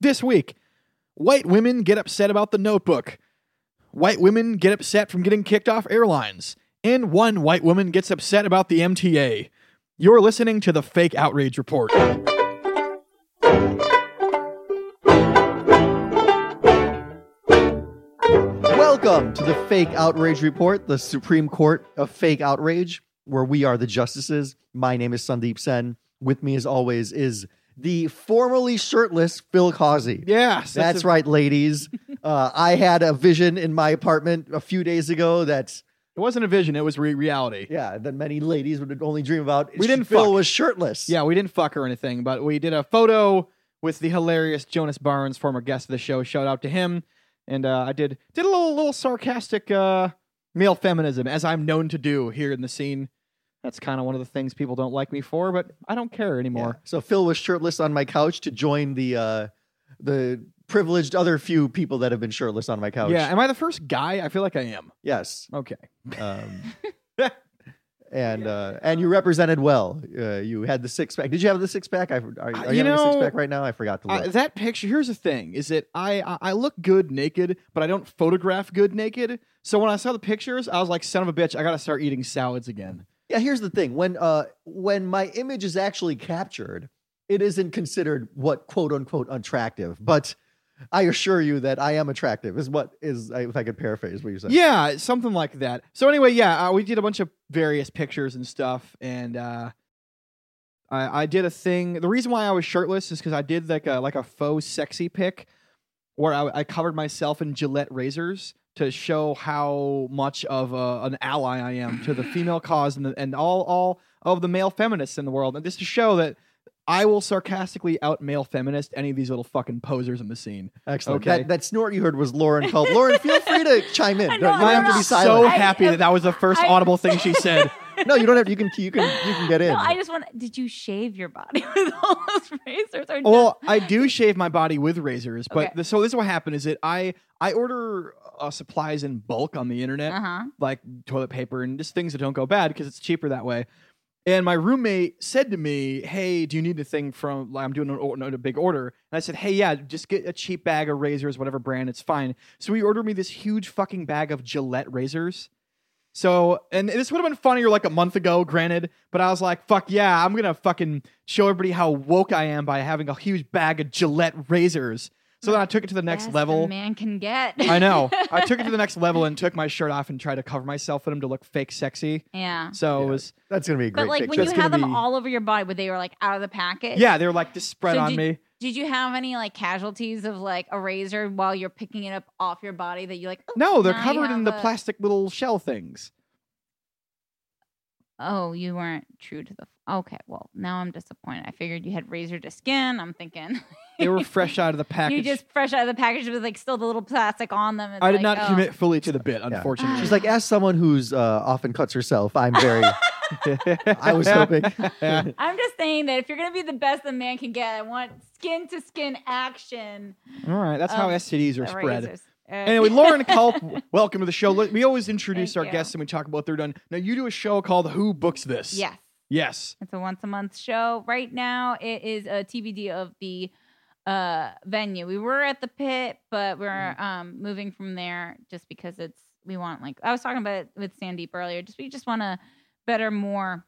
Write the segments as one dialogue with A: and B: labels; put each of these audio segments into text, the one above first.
A: This week, white women get upset about the notebook. White women get upset from getting kicked off airlines. And one white woman gets upset about the MTA. You're listening to the Fake Outrage Report.
B: Welcome to the Fake Outrage Report, the Supreme Court of Fake Outrage, where we are the justices. My name is Sandeep Sen. With me, as always, is the formerly shirtless Phil Causey.
A: Yes,
B: That's right, ladies. Uh, I had a vision in my apartment a few days ago that,
A: It wasn't a vision, it was re- reality.
B: yeah, that many ladies would only dream about.
A: We didn't
B: Phil
A: fuck.
B: was shirtless.
A: Yeah, we didn't fuck or anything, but we did a photo with the hilarious Jonas Barnes, former guest of the show. Shout out to him. And uh, I did did a little little sarcastic uh, male feminism, as I'm known to do here in the scene. That's kind of one of the things people don't like me for, but I don't care
B: Yeah.
A: anymore.
B: So Phil was shirtless on my couch to join the uh, the privileged other few people that have been shirtless on my couch.
A: Yeah, am I the first guy? I feel like I am.
B: Yes.
A: Okay.
B: Um, and uh, and you represented well. Uh, you had the six pack. Did you have the six pack? I, are, are you,
A: Uh, you
B: having a six
A: know,
B: pack right now? I forgot to
A: I-
B: look.
A: Uh, that picture. Here's the thing: is that I, I I look good naked, but I don't photograph good naked. So when I saw the pictures, I was like, "Son of a bitch! I gotta start eating salads again."
B: yeah. Here's the thing: when uh, when my image is actually captured, it isn't considered what quote unquote attractive. But I assure you that I am attractive. Is what is I- if I could paraphrase what you said.
A: Yeah, something like that. So anyway, yeah, uh, we did a bunch of various pictures and stuff, and uh, I, I did a thing. The reason why I was shirtless is because I did like a like a faux sexy pic, where I, I covered myself in Gillette razors to show how much of a, an ally I am to the female cause and the, and all all of the male feminists in the world, and just to show that. I will sarcastically out male feminist any of these little fucking posers in the scene.
B: Excellent.
A: Okay.
B: That, that snort you heard was Lauren called. Lauren, feel free to chime in.
C: I
B: Don't-
C: know,
B: you don't
C: I'm
B: have to be
C: not-
A: so
B: silent.
C: I-
A: happy that that was the first
C: I-
A: audible thing she said.
B: no, you don't have. You can. You can. You can get in.
C: No, I just want. Did you shave your body with all those razors? Or
A: well i do shave my body with razors but
C: Okay.
A: the, so this is what happened is that i i order uh, supplies in bulk on the internet
C: Uh huh.
A: like toilet paper and just things that don't go bad because it's cheaper that way and my roommate said to me hey do you need a thing from like i'm doing an, or- a big order and i said hey yeah just get a cheap bag of razors whatever brand it's fine so he ordered me this huge fucking bag of gillette razors so and this would have been funnier like a month ago granted but i was like fuck yeah i'm gonna fucking show everybody how woke i am by having a huge bag of gillette razors so then i took it to the next
C: Best
A: level
C: a man can get.
A: I know. I took it to the next level and took my shirt off and tried to cover myself in them to look fake sexy.
C: yeah.
A: So it
B: Yeah.
A: was
B: That's gonna be a great.
C: But like
B: picture.
C: when you
A: That's
C: had
A: gonna
C: them
A: be-
C: all over your body, but they were like out of the packet.
A: yeah, they were like just spread
C: So
A: on
C: did-
A: me.
C: Did you have any like casualties of like a razor while you're picking it up off your body that you like? Oh,
A: No, they're
C: now you
A: covered in
C: have
A: the
C: a-
A: plastic little shell things.
C: oh, you weren't true to the. Okay, well now I'm disappointed. I figured you had razor to skin. I'm thinking
A: They were fresh out of the package.
C: you just fresh out of the package with like still the little plastic on them. It's
A: I did
C: like,
A: not
C: oh.
A: commit fully to the bit, unfortunately.
B: She's like, as someone who's uh, often cuts herself, I'm very. I was hoping.
C: I'm just saying that if you're gonna be the best that man can get, I want skin to skin action.
A: All right, that's how
C: Um,
A: STDs are
C: Uh,
A: spread.
C: razors. Uh,
A: Anyway, Lauren Culp, welcome to the show. Look, We always introduce
C: Thank
A: our
C: you.
A: guests and we talk about what they're done. Now you do a show called Who Books This?
C: yes,
A: Yes.
C: it's a once a month show. Right now, it is a TBD of the uh, venue. We were at the pit, but we're
A: Mm-hmm.
C: um, moving from there just because it's we want like I was talking about it with Sandeep earlier. Just we just want a better, more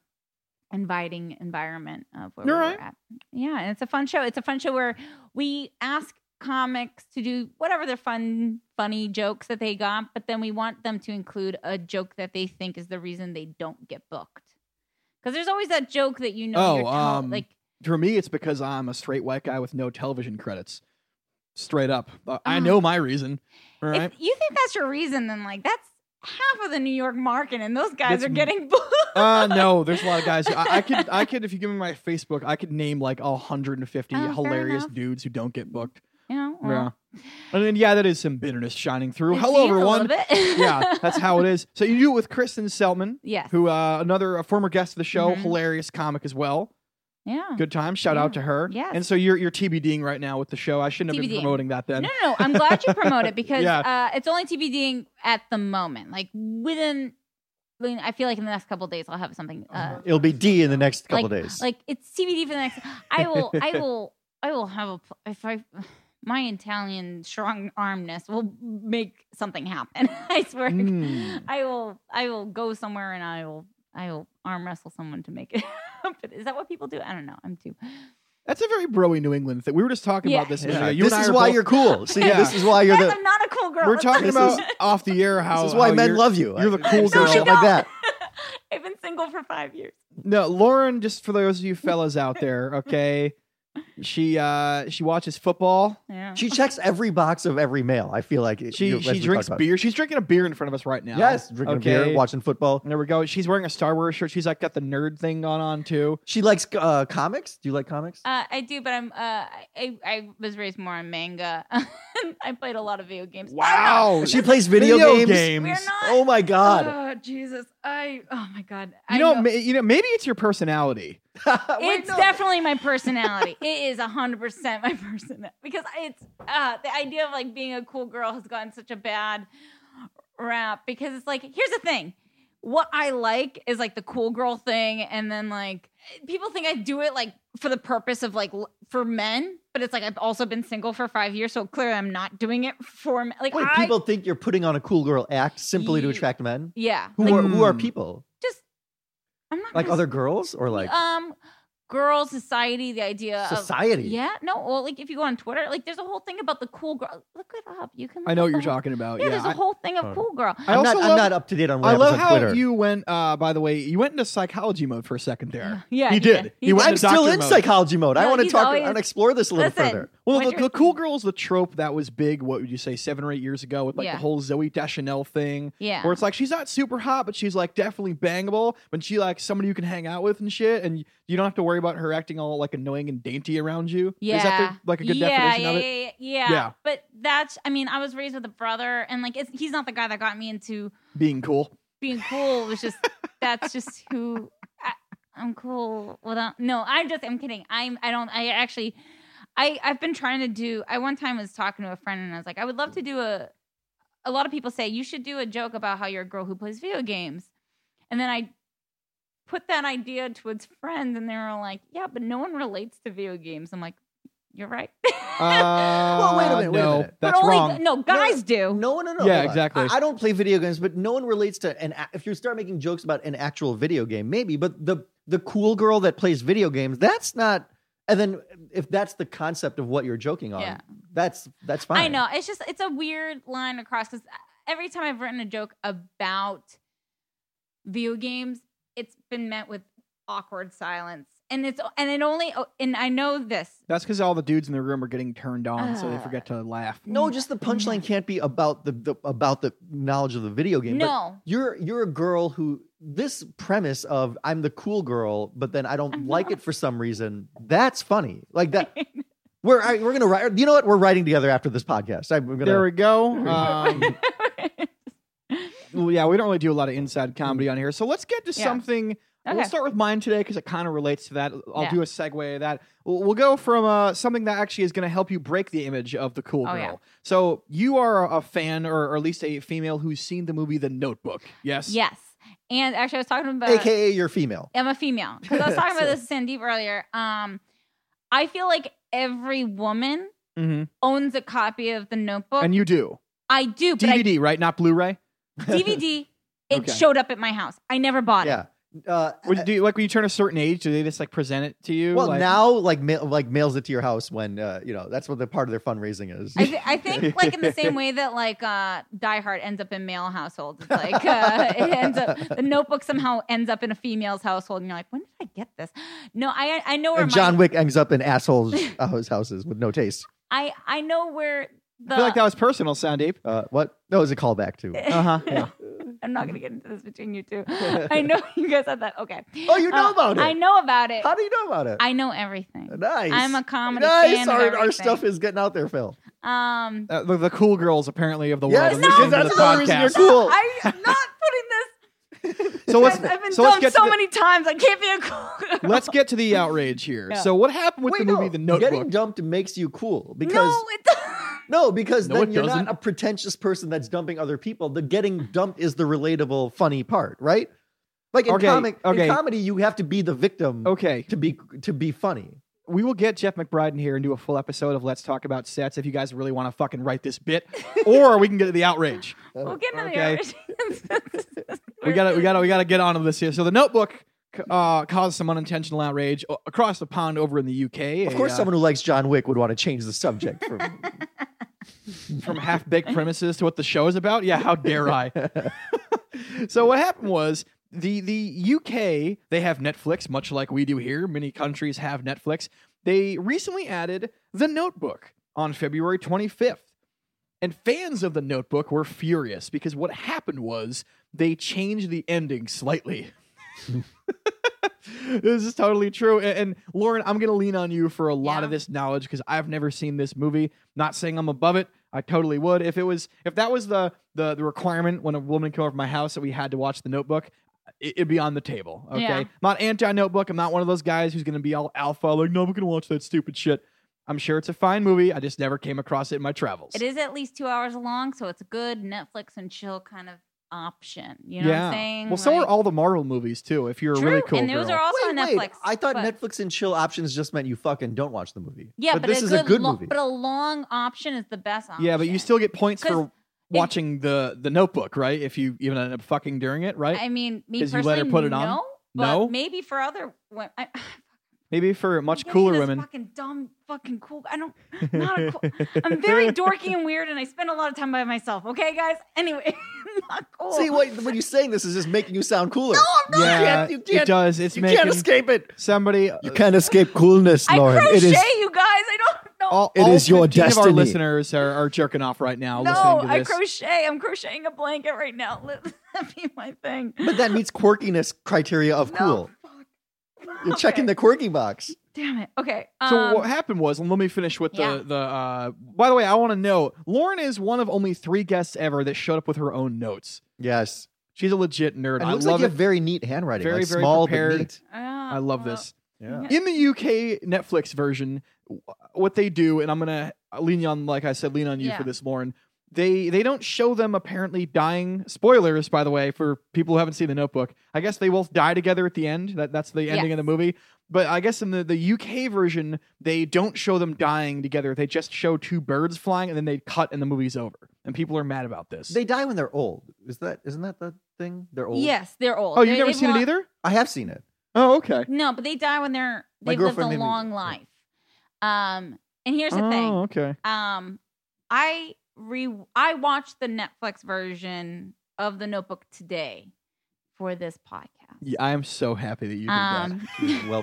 C: inviting environment of where
A: All
C: we
A: right.
C: were at. Yeah, and it's a fun show. It's a fun show where we ask comics to do whatever their fun, funny jokes that they got, but then we want them to include a joke that they think is the reason they don't get booked. Because there's always that joke that you know
A: Oh,
C: you're tell-
A: um,
C: like
A: For me, it's because I'm a straight white guy with no television credits. Straight up. Uh, I
C: Oh.
A: know my reason. All
C: if
A: right.
C: you think that's your reason, then like that's half of the New York market, and those guys
A: That's
C: are
A: m-
C: getting booked.
A: Uh no, there's a lot of guys. who- I, I could I could if you give me my Facebook, I could name like 150
C: Oh, fair
A: hilarious
C: enough.
A: dudes who don't get booked.
C: You know,
A: Yeah.
C: well,
A: And then yeah, that is some bitterness shining through.
C: it
A: Hello
C: seems a little
A: everyone.
C: bit.
A: yeah, that's how it is. So you do it with Kristen Seltman,
C: yes.
A: who uh another a former guest of the show,
C: Mhm.
A: hilarious comic as well.
C: yeah.
A: Good time. Shout out to
C: Yeah.
A: her.
C: Yes.
A: And so you're you're TBDing right now with the show. I shouldn't have been
C: TBDing.
A: promoting that then.
C: No, no, no. I'm glad you promote it because
A: Yeah.
C: uh, it's only TBDing at the moment. Like within, I, mean, I feel like in the next couple of days I'll have something. Uh,
B: It'll be D in the next couple
C: like,
B: days.
C: like it's TBD for the next. I will. I will. I will have a. pl- If I, my Italian strong armness will make something happen. I swear.
A: Mm.
C: I will I will go somewhere and I will I will arm wrestle someone to make it happen. Is that what people do? I don't know. I'm too
A: That's a very broy New England thing. We were just talking about
C: Yeah.
A: this. a
B: Yeah,
A: minute ago. You
B: this
A: and I
B: is
A: are
B: why
A: both-
B: you're cool. See,
A: Yeah.
B: this is why you're
C: Yes,
B: the.
C: I'm not a cool girl.
A: We're
C: That's
A: talking
C: not-
A: about off the air how
B: this is why
A: how
B: men
A: Oh, you're-
B: love you.
A: you're the cool
B: Some
A: girl.
B: shit
C: No,
B: like
C: you
B: that.
C: I've been single for five years.
A: No, Lauren, just for those of you fellas out there, okay, she uh she watches football.
C: Yeah.
B: She checks every box of every male. I feel like it- you-
A: She
B: as we
A: she
B: talked
A: drinks
B: about.
A: beer. She's drinking a beer in front of us right now.
B: Yes, drinking a
A: Okay.
B: beer, watching football.
A: There we go. She's wearing a Star Wars shirt. She's like got the nerd thing going on too.
B: She likes uh, comics. Do you like comics?
C: Uh, I do, but I'm uh, I, I I was raised more on manga. I played a lot of video games.
A: Wow.
B: she plays video, games.
C: We're not.
B: Oh my god!
C: Oh Jesus! I oh my God! I
A: You know, ma- you know, maybe it's your personality.
B: Uh, Wait,
C: Oh, it's
B: no.
C: definitely my personality. it is hundred percent my personality because it's uh, the idea of like being a cool girl has gotten such a bad rap because it's like here's the thing. What I like is like the cool girl thing, and then like people think I do it like for the purpose of like l- for men, but it's like I've also been single for five years, so clearly I'm not doing it for men. Like
B: Wait,
C: I,
B: people think you're putting on a cool girl act simply to
C: Ye-
B: attract men.
C: yeah,
B: Who are who are
A: Hmm.
B: people?
C: I'm not
B: Like
C: gonna
B: other girls or like
C: um girl society the idea
B: society?
C: of yeah no well like if you go on twitter like there's a whole thing about the cool girl look it up you can
A: I
C: look
A: know
C: up
A: what you're
C: the whole-
A: talking about.
C: yeah,
A: Yeah,
C: there's a
A: I-
C: whole thing
B: Oh.
C: of cool girl
A: I,
B: I'm
A: also
B: not,
A: love.
B: I'm not up to date on what
A: I
B: happens
A: love
B: on
A: how
B: Twitter.
A: you went. Uh, by the way, you went into psychology mode for a second there.
C: yeah
A: He did. He went
B: I'm
A: to
B: still
A: doctor
B: in
A: mode.
B: psychology mode. I
C: No,
B: want to
C: he's
B: talk
C: always-
B: and explore this a little
C: Listen,
B: further.
A: Well,
C: What
A: the,
C: you're-
A: the cool girl is the trope that was big, what would you say, seven or eight years ago with like
C: Yeah.
A: the whole Zoe Deschanel thing,
C: yeah
A: where it's like she's not super hot, but she's like definitely bangable, but she like somebody you can hang out with and shit, and you don't have to worry about her acting all like annoying and dainty around you.
C: yeah
A: Is that the, like a good
C: yeah,
A: definition
C: yeah,
A: of it?
C: yeah, yeah yeah
A: Yeah.
C: but that's i mean i was raised with a brother and like it's, he's not the guy that got me into
A: Being cool.
C: being cool it was just that's just who I, i'm cool without no i'm just i'm kidding i'm i don't i actually i i've been trying to do i one time was talking to a friend and i was like i would love to do a a lot of people say you should do a joke about how you're a girl who plays video games and then i put that idea to its friends and they were like yeah but no one relates to video games i'm like you're right
A: Uh,
B: Well, wait a minute, wait a
A: no,
B: minute.
A: That's
C: but only
A: wrong.
C: no guys do
B: No, no, no.
A: Yeah,
B: hold on.
A: exactly.
B: I, I don't play video games, but no one relates to an. a- If you start making jokes about an actual video game, maybe, but the the cool girl that plays video games, that's not. And then if that's the concept of what you're joking on,
C: Yeah.
B: that's that's fine.
C: I know. It's just it's a weird line across because every time I've written a joke about video games, it's been met with awkward silence, and it's and it only oh, and I know this.
A: That's because all the dudes in the room are getting turned on, so they
C: Uh,
A: forget to laugh.
B: No, just the
C: Mm-hmm.
B: punchline can't be about the, the about the knowledge of the video game. But
C: No,
B: you're you're a girl who this premise of I'm the cool girl, but then I don't
C: I'm
B: like
C: not.
B: it for some reason. That's funny. Like that. We're I, we're gonna write. You know what? We're writing together after this podcast. I'm gonna.
A: There we go. Um, well, yeah, we don't really do a lot of inside comedy on here, so let's get to
C: Yeah.
A: something
C: okay.
A: We'll start with mine today because it kind of relates to that. I'll
C: Yeah.
A: do a segue of that. We'll, we'll go from uh, something that actually is going to help you break the image of the cool
C: Oh,
A: girl.
C: yeah.
A: So you are a fan, or, or at least a female who's seen the movie The Notebook. Yes.
C: yes, and actually, I was talking about
B: AKA you're female.
C: I'm a female. 'Cause I was talking about
B: So-
C: this to Sandeep earlier. Um, I feel like every woman
A: hmm
C: owns a copy of the Notebook.
A: And you do
C: I do, but I
A: DVD, right? Not Blu-ray.
C: DVD. It
A: Okay.
C: showed up at my house. I never bought it.
B: Yeah. Uh,
A: Would, do you, like when you turn a certain age, do they just like present it to you?
B: well,
A: like,
B: now like ma- like mails it to your house when uh, you know that's what the part of their fundraising is.
C: I, th- I think like in the same way that like uh, Die Hard ends up in male households. It's like uh, it ends up the Notebook somehow ends up in a female's household, and you're like, when did I get this? No, I I know where
B: and John
C: my,
B: Wick ends up in assholes uh, his houses with no taste.
C: I I know where the
A: I feel like that was personal, Sandeep.
B: Uh, what? No, it was a callback to.
A: Uh huh. Yeah.
C: I'm not gonna get into this between you two. I know you guys had that. Okay.
B: Oh, you know
C: Uh,
B: about it.
C: I know about it.
B: How do you know about it?
C: I know everything.
B: nice.
C: I'm a comedy
B: nice.
C: fan.
B: Our,
C: of
B: our stuff is getting out there, Phil.
C: Um,
A: Uh, the, the cool girls apparently of the
B: Yes,
A: world.
C: no,
A: listening to
C: that's
A: the
C: another
B: reason you're
A: podcast.
B: cool.
C: I'm not putting this
A: So let's
C: Guys, I've been
A: so let's
C: dumped
A: get
C: so
A: to the,
C: many times. I can't be a cool. girl.
A: let's get to the outrage here.
C: Yeah.
A: So what happened with
B: Wait,
A: the movie
B: no.
A: The Notebook?
B: Getting dumped makes you cool because
C: no, it doesn't.
B: no, because
A: No,
B: then
A: it
B: you're
A: doesn't.
B: not a pretentious person that's dumping other people. The getting dumped is the relatable, funny part, right? Like in
A: Okay,
B: comic,
A: okay.
B: in comedy, you have to be the victim
A: Okay.
B: to be to be funny.
A: we will get Jeff McBride in here and do a full episode of Let's Talk About Sets if you guys really want to fucking write this bit, or we can get to the outrage.
C: We'll get into
A: Uh, Okay.
C: the origins.
A: We gotta, we gotta, we gotta get onto this here. So the Notebook uh, caused some unintentional outrage o- across the pond over in the UK.
B: Of
A: A,
B: course,
A: uh,
B: someone who likes John Wick would want to change the subject from
A: from half baked premises to what the show is about. Yeah, how dare I? so what happened was the the UK they have Netflix much like we do here. Many countries have Netflix. They recently added The Notebook on February 25th. And fans of The Notebook were furious because what happened was they changed the ending slightly. this is totally true. A- And, Lauren, I'm going to lean on you for a lot
C: Yeah.
A: of this knowledge because I've never seen this movie. Not saying I'm above it. I totally would. If it was, if that was the the, the requirement when a woman came over to my house that we had to watch The Notebook, it, would be on the table. Okay,
C: Yeah.
A: I'm not anti Notebook. I'm not one of those guys who's going to be all alpha. Like, no, we're going to watch that stupid shit. I'm sure it's a fine movie. I just never came across it in my travels.
C: It is at least two hours long, so it's a good Netflix and chill kind of option. You know what I'm saying?
A: Well, so are
C: Like-
A: all the Marvel movies too. If you're a
C: True,
A: really cool
C: and those
A: girl.
C: are also on
B: Wait,
C: Netflix.
B: wait, I thought
C: but-
B: Netflix and chill options just meant you fucking don't watch the movie.
C: Yeah, but,
B: but, this is a good
C: lo-
B: movie.
C: But a long option is the best option.
A: yeah, but you still get points
C: 'Cause
A: for watching the the Notebook, right? If you even end up fucking during it, right?
C: I mean, me
A: 'Cause
C: personally,
A: you let her put it on?
C: no. But
A: No?
C: maybe for other women. I,
A: Maybe for much
C: Give me
A: cooler
C: this
A: women.
C: Fucking dumb, fucking cool. I don't. Not a cool. I'm very dorky and weird, and I spend a lot of time by myself. Okay, guys. Anyway, not cool.
B: See, what, when you're saying this is just making you sound cooler.
C: No, I'm not.
A: yeah,
B: can't- you
A: it
B: can't-
A: does. It's
B: you
A: making
B: can't escape it.
A: somebody.
B: You can't escape coolness,
C: I
B: Lauren.
C: crochet,
B: It is.
C: you guys. I don't know.
A: all,
B: It
A: all
B: is your
A: 15 Of our
B: destiny.
A: listeners are, are jerking off right now.
C: no,
A: listening to
C: I
A: this.
C: crochet. I'm crocheting a blanket right now. Let that be my thing.
B: But that meets quirkiness criteria of
C: No.
B: cool. You're checking the
C: Okay.
B: quirky box.
C: Damn it. Okay.
A: So
C: um,
A: what happened was, and let me finish with the
C: Yeah.
A: the. Uh, by the way, I want to know. Lauren is one of only three guests ever that showed up with her own notes.
B: Yes.
A: She's a legit nerd.
B: And
A: I
B: it looks like
A: love
B: you have
A: it.
B: very neat handwriting.
A: Very,
B: like
A: very
B: small
A: prepared.
B: but neat.
C: uh,
A: I love
C: well,
A: this.
B: Yeah.
A: In the UK Netflix version, w- what they do, and I'm gonna uh, lean on, like I said, lean on you
C: Yeah.
A: for this, Lauren. They they don't show them apparently dying. Spoilers, by the way, for people who haven't seen the Notebook. I guess they both die together at the end. That that's the ending of the
C: Yes.
A: movie. But I guess in the, the UK version, they don't show them dying together. They just show two birds flying, and then they cut, and the movie's over. And people are mad about this.
B: They die when they're old. Is that isn't that the thing? They're old.
C: Yes, they're old.
A: oh, you've
C: They-
A: never
C: they've
A: seen
C: lo-
A: it either?
B: I have seen it.
A: Oh, okay.
C: No, but they die when they're
B: My
C: they've lived a
B: girlfriend made me-
C: long life. Um, and here's the
A: oh,
C: thing.
A: okay.
C: um i re i watched the netflix version of the notebook today for this podcast
A: Yeah, I am so happy that you did that.
C: um
B: She's well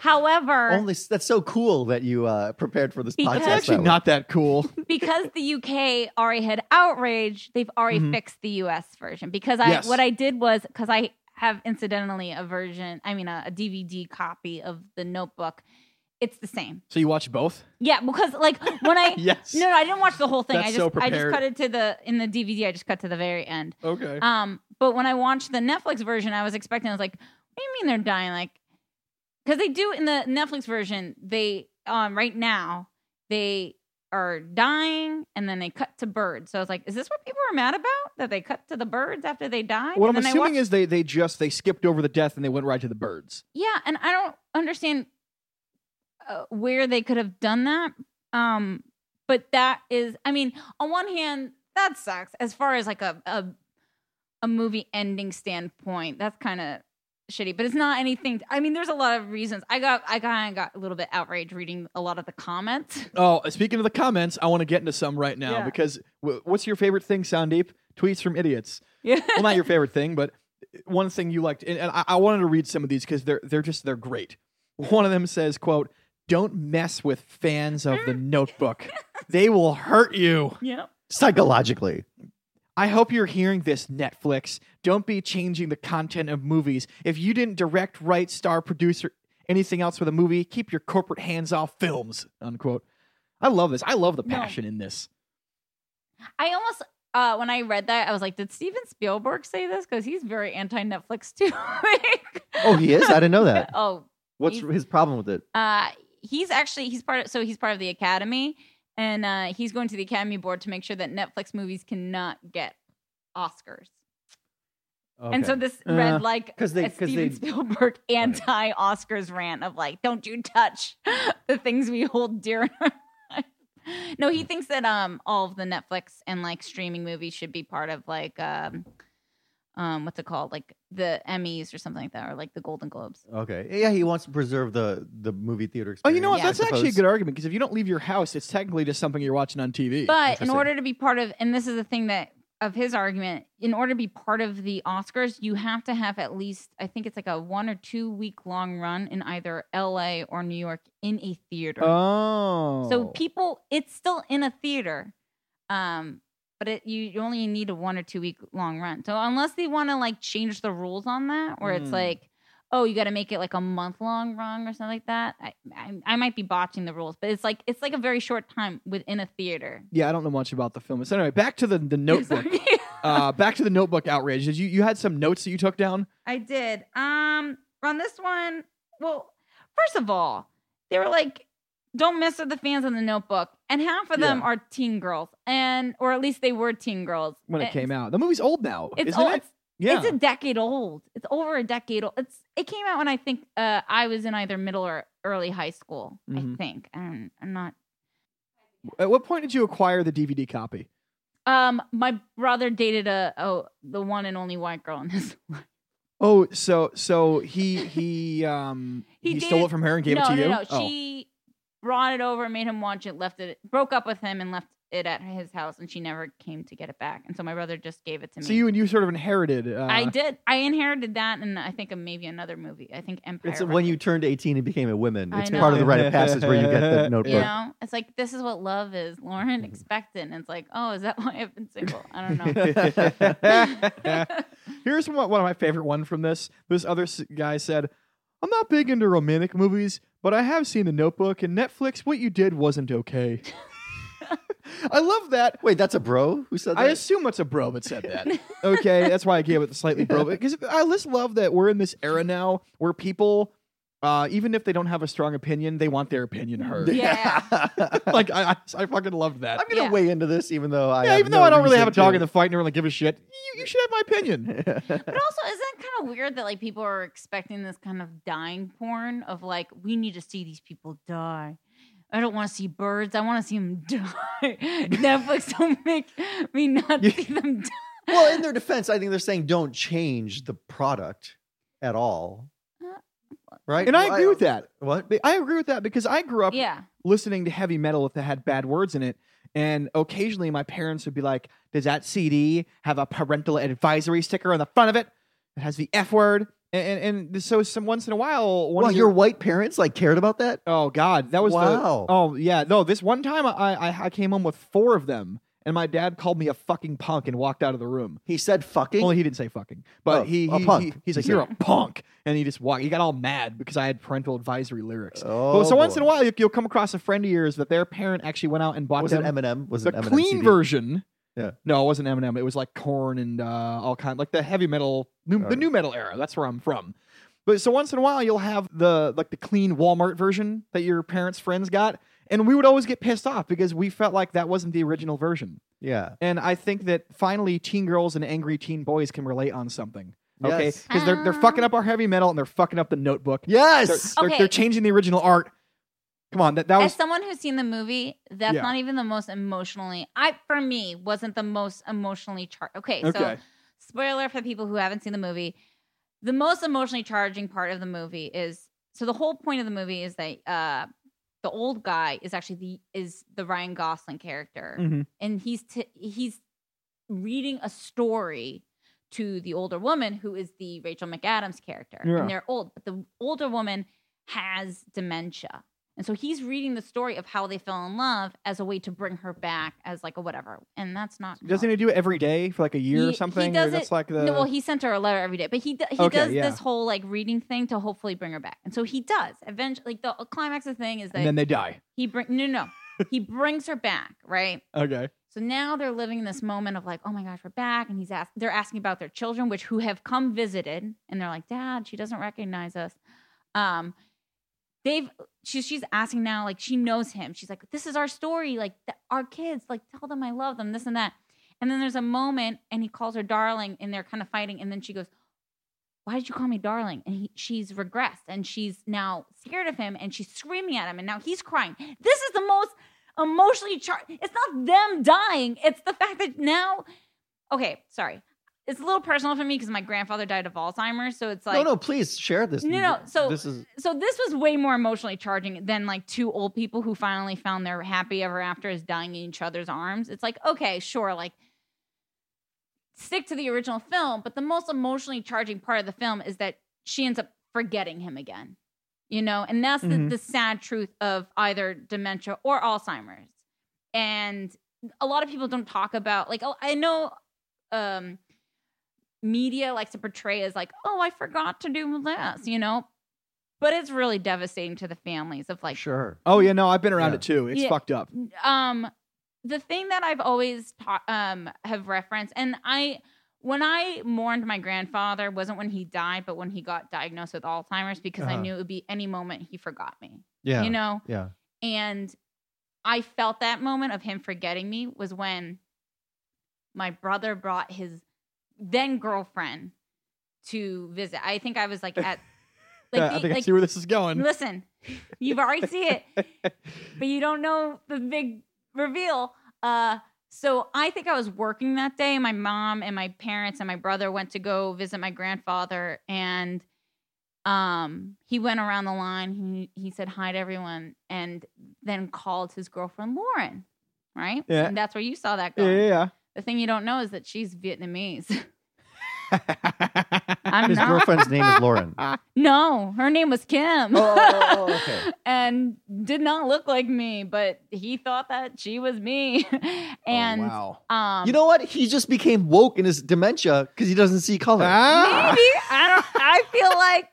C: however
B: Only that's so cool that you uh, prepared for this
C: Because-
A: That's
B: podcast.
C: Yes,
A: actually
B: that way.
A: not that cool.
C: because the uk already had outrage they've already
A: Mhm.
C: fixed the us version because i
A: Yes.
C: what i did was because i have incidentally a version i mean a, a dvd copy of the notebook it's the same
A: So you watch both?
C: yeah because like when i
A: Yes.
C: no no i didn't watch the whole thing i
A: That's
C: just
A: so
C: i just
A: prepared.
C: cut it to the in the dvd i just cut to the very end
A: Okay.
C: Um, but when I watched the Netflix version, I was expecting, I was like, what do you mean they're dying? Like, because they do in the Netflix version, they, um, right now, they are dying and then they cut to birds. So I was like, is this what people are mad about? That they cut to the birds after they die?
A: What
C: and
A: I'm
C: then I
A: assuming
C: watched-
A: is they they just they skipped over the death and they went right to the birds.
C: yeah, and I don't understand uh, where they could have done that. Um, but that is, I mean, on one hand, that sucks as far as like a a, a movie ending standpoint. That's kind of shitty, but it's not anything. I mean, there's a lot of reasons. I got I kind of got a little bit outraged reading a lot of the comments.
A: Oh, speaking of the comments, I want to get into some right now
C: Yeah.
A: because w- what's your favorite thing, Soundeep? Tweets from idiots.
C: Yeah,
A: Well, not your favorite thing, but one thing you liked, and, and I, I wanted to read some of these because they're they're just they're great. One of them says, "quote Don't mess with fans of the Notebook. They will hurt you."
C: yeah.
B: psychologically.
A: I hope you're hearing this, Netflix. Don't be changing the content of movies. If you didn't direct, write, star, producer, anything else with a movie, keep your corporate hands off films. Unquote. I love this. I love the
C: No.
A: passion in this.
C: I almost uh, when I read that, I was like, did Steven Spielberg say this? Because he's very anti Netflix too.
B: Oh, he is. I didn't know that.
C: oh
B: What's
C: He's-
B: his problem with it?
C: Uh, he's actually he's part of so he's part of the academy, and uh, he's going to the academy board to make sure that Netflix movies cannot get Oscars. And so this read
A: Uh,
C: like
B: 'cause they-
C: a
B: 'cause they-
C: Steven Spielberg anti Oscars rant of like, don't you touch the things we hold dear. in our life." no, he thinks that um all of the Netflix and like streaming movies should be part of like um um what's it called like the Emmys or something like that or like the Golden Globes.
B: Okay. Yeah, he wants to preserve the the movie theater
A: Oh,
B: experience.
A: you know what?
C: Yeah.
A: That's
B: I
A: actually a
B: suppose.
A: good argument because if you don't leave your house, it's technically just something you're watching on TV.
C: But in
B: Interesting.
C: order to be part of, and this is the thing that of his argument, in order to be part of the Oscars, you have to have at least, I think it's like a one or two week long run in either LA or New York in a theater.
A: oh,
C: So people, it's still in a theater, um, but it, you you only need a one or two week long run. So unless they want to like change the rules on that, where it's
A: Hmm.
C: like, oh, you got to make it like a month long run or something like that. I, I I might be botching the rules, but it's like it's like a very short time within a theater.
A: yeah, I don't know much about the film. So anyway, back to the the notebook.
C: Sorry.
A: uh, back to the notebook outrage. Did you you had some notes that you took down?
C: I did. Um, on this one, well, first of all, they were like, "Don't mess with the fans in the Notebook," and half of them
A: Yeah.
C: are teen girls, and or at least they were teen girls
A: when it
C: And
A: came out. The movie's old now,
C: It's
A: isn't
C: old.
A: it?
C: It's,
A: Yeah.
C: it's a decade old. It's over a decade old. It's it came out when I think uh, I was in either middle or early high school. I
A: Mhm.
C: think I'm, I'm not.
A: At what point did you acquire the DVD copy?
C: Um, my brother dated a oh the one and only white girl in his life.
A: Oh, so so he he um
C: He
A: he,
C: did-
A: stole it from her and gave
C: no,
A: it to
C: no,
A: you.
C: No,
A: Oh.
C: She brought it over, made him watch it, left it, broke up with him, and left it at his house, and she never came to get it back. And so my brother just gave it to me.
A: so you and you sort of inherited. Uh,
C: I did. I inherited that, and I think maybe another movie. I think Empire.
B: It's when you
C: Records.
B: turned 18 and became a woman.
C: I
B: It's
C: know.
B: part of the rite of passage where you get the notebook.
C: You know, it's like this is what love is. Lauren expected, and it's like, oh, is that why I've been single? I don't know.
A: Here's one, one of my favorite one from this. This other s- guy said, "I'm not big into romantic movies, but I have seen The Notebook and Netflix. What you did wasn't okay." I love that.
B: Wait, that's a bro who said that?
A: I assume that's a bro that said that. okay, that's why I gave it the slightly bro because I just love that we're in this era now where people, uh, even if they don't have a strong opinion, they want their opinion heard.
C: Yeah.
A: like I, I, I fucking love that.
B: I'm going to
C: Yeah.
B: weigh into this even though I
A: yeah,
B: have
A: even though
B: no
A: I don't really have a
B: reason
A: dog
B: to.
A: in the fight and really give a shit, you, you should have my opinion.
C: But also, isn't it kind of weird that like people are expecting this kind of dying porn of like we need to see these people die. I don't want to see birds. I want to see them die. Netflix don't make me not
A: You-
C: see them die.
B: well, in their defense, I think they're saying don't change the product at all.
C: Uh,
B: Right?
A: And I
B: Well,
A: agree with that.
B: What?
A: But I agree with that because I grew up
C: Yeah,
A: listening to heavy metal if it had bad words in it. And occasionally my parents would be like, Does that CD have a parental advisory sticker on the front of it? It has the F word. And, and, and so some, once in a while, one
B: Well,
A: of
B: your white parents like cared about that?
A: Oh, God. That was the-
B: Wow.
A: oh, yeah. No, this one time I, I, I came home with four of them. And my dad called me a fucking punk and walked out of the room.
B: He said fucking.
A: Only he didn't say fucking, but
B: Oh,
A: he,
B: a
A: he,
B: punk,
A: he- he's
B: he
A: like, "You're
B: said.
A: a punk," and he just walked. He got all mad because I had parental advisory lyrics.
B: oh,
A: Well, so once in a
B: boy.
A: while, you- you'll come across a friend of yours that their parent actually went out and bought
B: Was it
A: them
B: Eminem? Was
A: the
B: it Eminem?
A: clean
B: CD?
A: version.
B: Yeah.
A: No, it wasn't Eminem. It was like Corn and uh, all kind, like the heavy metal, new, the
B: Alright.
A: new metal era. That's where I'm from. But so once in a while, you'll have the like the clean Walmart version that your parents' friends got, and we would always get pissed off because we felt like that wasn't the original version.
B: Yeah.
A: And I think that finally, teen girls and angry teen boys can relate on something. Okay,
B: Yes.
A: because they're they're fucking up our heavy metal and they're fucking up the Notebook. They're,
B: Yes.
A: they're,
C: Okay.
A: they're changing the original art. Come on, that that
C: as
A: was
C: someone who's seen the movie, that's
A: Yeah.
C: not even the most emotionally. I for me wasn't the most emotionally charged. Okay, so
A: Okay.
C: spoiler for people who haven't seen the movie. The most emotionally charging part of the movie is so the whole point of the movie is that uh, the old guy is actually the is the Ryan Gosling character,
A: Mhm.
C: and he's t- he's reading a story to the older woman who is the Rachel McAdams character,
A: Yeah.
C: and they're old, but the older woman has dementia. And so he's reading the story of how they fell in love as a way to bring her back as like a whatever. And that's not
A: Doesn't he do it every day for like a year
C: He-
A: or
C: he
A: something?
C: does
A: or that's
C: it-
A: like the
C: no, well, he sent her a letter every day, but he d- he
A: Okay,
C: does
A: yeah.
C: this whole like reading thing to hopefully bring her back, and so he does eventually. Like the climax of the thing
A: and
C: is that
A: then they die.
C: he bring no, no, no. he brings her back, right?
A: Okay.
C: So now they're living in this moment of like, oh my gosh, we're back, and he's ask- they're asking about their children, which who have come visited, and they're like, Dad, she doesn't recognize us. Um, they've she's she's asking now, like she knows him. She's like, this is our story, like th- our kids, like tell them I love them, this and that. And then there's a moment, and he calls her darling, and they're kind of fighting. And then she goes, "Why did you call me darling?" And he, she's regressed, and she's now scared of him, and she's screaming at him, and now he's crying. This is the most emotionally charged. It's not them dying; it's the fact that now. Okay, sorry. It's a little personal for me because my grandfather died of Alzheimer's, so it's like
B: no, no, please share this.
C: No, no, so-
B: this is
C: so this was way more emotionally charging than like two old people who finally found their happy ever after is dying in each other's arms. It's like, okay, sure, like stick to the original film, but the most emotionally charging part of the film is that she ends up forgetting him again. You know, and that's
B: Mhm.
C: the, the sad truth of either dementia or Alzheimer's. And a lot of people don't talk about like oh, I know um media likes to portray as like, oh, I forgot to do this, you know? But it's really devastating to the families of like
B: sure.
A: Oh yeah, no, I've been around
B: Yeah.
A: it too. It's
C: Yeah.
A: fucked up.
C: um the thing that I've always taught um have referenced and I when I mourned my grandfather wasn't when he died, but when he got diagnosed with Alzheimer's because I
B: Uh-huh.
C: knew it would be any moment he forgot me.
B: Yeah,
C: You know?
B: yeah.
C: And I felt that moment of him forgetting me was when my brother brought his then girlfriend to visit. I think I was like at like,
A: Yeah, Uh, I
C: the-
A: think I
C: like
A: see where this is going.
C: listen, you've already see it, but you don't know the big reveal. Uh so I think I was working that day. My mom and my parents and my brother went to go visit my grandfather and um he went around the line he he said hi to everyone and then called his girlfriend Lauren right
A: Yeah.
C: and that's where you saw that
A: Yeah,
C: going
A: yeah.
C: the thing you don't know is that she's Vietnamese
A: yeah.
C: I'm
B: His
C: not
B: girlfriend's name is Lauren.
C: no her name was Kim
B: Oh, okay.
C: and did not look like me, but he thought that she was me. and
A: oh, wow.
C: um
B: You know what? He just became woke in his dementia because he doesn't see color.
A: Ah!
C: maybe I don't I feel like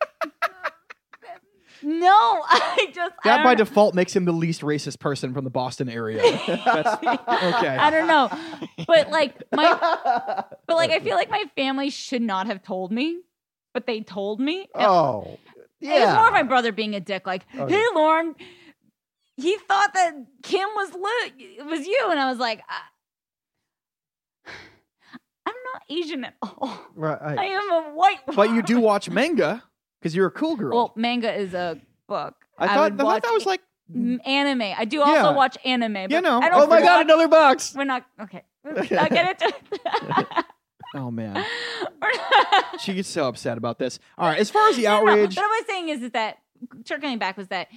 C: no, I just I
A: That
C: don't
A: by
C: know.
A: default makes him the least racist person from the Boston area. That's okay.
C: I don't know. But like my
B: Ah.
C: but like I feel like my family should not have told me, but they told me. And
B: oh,
C: It was more
B: yeah.
C: my brother being a dick. Like,
A: Oh,
B: Okay.
C: hey, Lauren, he thought that Kim was Luke, it was you, and I was like, I, I'm not Asian at all.
B: Right.
C: I am a white.
A: But you do watch manga because you're a cool girl.
C: Well, manga is a book.
A: I thought I,
C: would
A: thought
C: watch
A: that was like
C: m- anime. I do also
A: Yeah.
C: watch anime. But
A: Yeah, no.
C: I don't
B: Oh my
C: watch-
B: god, another box.
C: We're not okay. I'll get into
A: oh man.
C: We're not-
A: She gets so upset about this. All right, as far as the
C: No, no,
A: outrage,
C: But what I'm saying is, is that circling back was that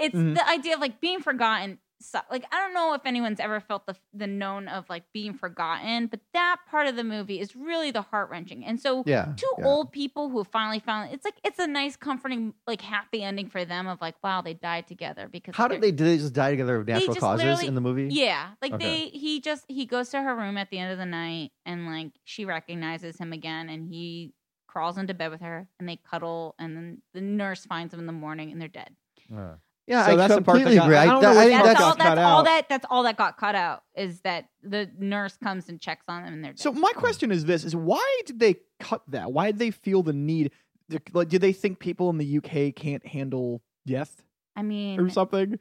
C: it's
B: Mm-hmm.
A: Mhm.
C: the idea of like being forgotten. So, like I don't know if anyone's ever felt the the known of like being forgotten, but that part of the movie is really the heart wrenching. And so
B: Yeah.
C: two
B: yeah.
C: old people who have finally found it's like it's a nice comforting like happy ending for them of like wow they died together because
B: How did
C: they're-
B: they? Did they just die together of natural
C: just
B: causes
C: literally-
B: in the movie?
C: yeah like
B: Okay.
C: they he just he goes to her room at the end of the night and like she recognizes him again and he crawls into bed with her and they cuddle and then the nurse finds him in the morning and they're dead
B: Uh, yeah,
A: So
B: I
A: that's the part that
B: completely
A: got-
B: agree.
A: I
B: I,
A: don't
B: that-
A: know
B: I
A: which
B: think
A: part
C: that's
B: that's
C: all
A: got cut
C: that's all
A: out.
C: that that's all that got cut out is that the nurse comes and checks on them and they're dead.
A: so my question is this: Is why did they cut that? Why did they feel the need? to- Like, did they think people in the UK can't handle death
C: i mean
A: or something?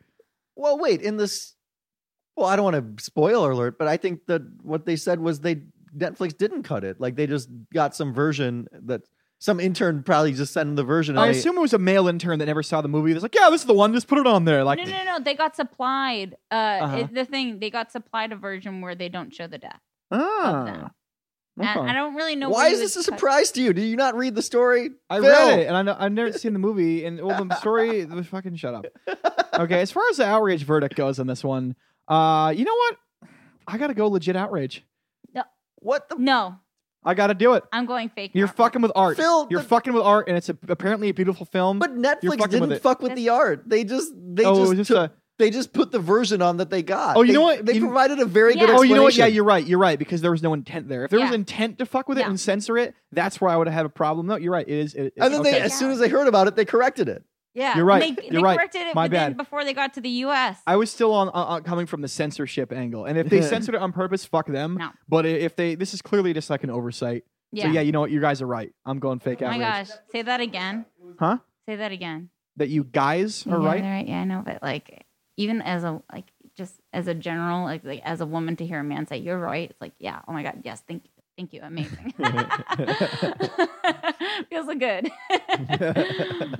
B: well. Wait, in this. Well, I don't want to spoiler alert, but I think that what they said was they Netflix didn't cut it. Like they just got some version that some intern probably just sent them the version.
A: Oh, I
B: of it.
A: assume it was a male intern that never saw the movie. That's like, yeah, this is the one. Just put it on there. Like,
C: no, no, no. They got supplied. Uh,
A: Uh-huh.
C: it- the thing they got supplied a version where they don't show the death.
A: ah,
C: And
A: okay.
C: I don't really know
B: Why
C: what
B: is
C: he was
B: this a
C: cut-
B: surprise to you? Do you not read the story?
A: I
B: Phil?
A: read it, and I know, I've never seen the movie. And well, the story, the fucking shut up. Okay, as far as the outrage verdict goes on this one, uh, you know what? I gotta go legit outrage.
B: What the
C: No,
A: I gotta do it.
C: I'm going fake.
A: You're
C: now.
A: fucking with art.
B: Phil?
A: You're
B: but,
A: fucking with art, and it's a, apparently a beautiful film.
B: but
A: Mm-hmm. you're
B: Netflix
A: fucking
B: didn't
A: with it.
B: fuck with the art. They just they
A: oh, it was
B: just,
A: just
B: took-
A: a-
B: they just put the version on that they got.
A: Oh, you
B: They-
A: know what?
B: They
A: You-
B: provided a very good.
C: Yeah.
A: oh,
B: Explanation.
A: you know what? Yeah, you're right. You're right because there was no intent there. If there was
C: Yeah.
A: intent to fuck with it
C: Yeah.
A: and censor it, that's where I would have had a problem. No, you're right. It is. It, it-
B: And then they,
A: okay.
B: as soon as they heard about it, they corrected it.
C: Yeah,
A: You're right.
C: and They,
A: You're
C: they
A: right.
C: corrected it
A: My
C: within-
A: bad.
C: before they got to the U.S.
A: I was still on, on, on coming from the censorship angle, and if they censored it on purpose, fuck them.
C: No.
A: But i- if they, this is clearly just like an oversight.
C: yeah.
A: So yeah, you know what? You guys are right. I'm going fake
C: oh my
A: outrage.
C: gosh, say that again.
A: Huh?
C: Say that again.
A: That you guys are
C: yeah,
A: right.
C: they're Yeah, I know, but like even as a like just as a general, like, like as a woman to hear a man say, "You're right," it's like, yeah, oh my god, yes, thank you, thank you, amazing. Feels so good.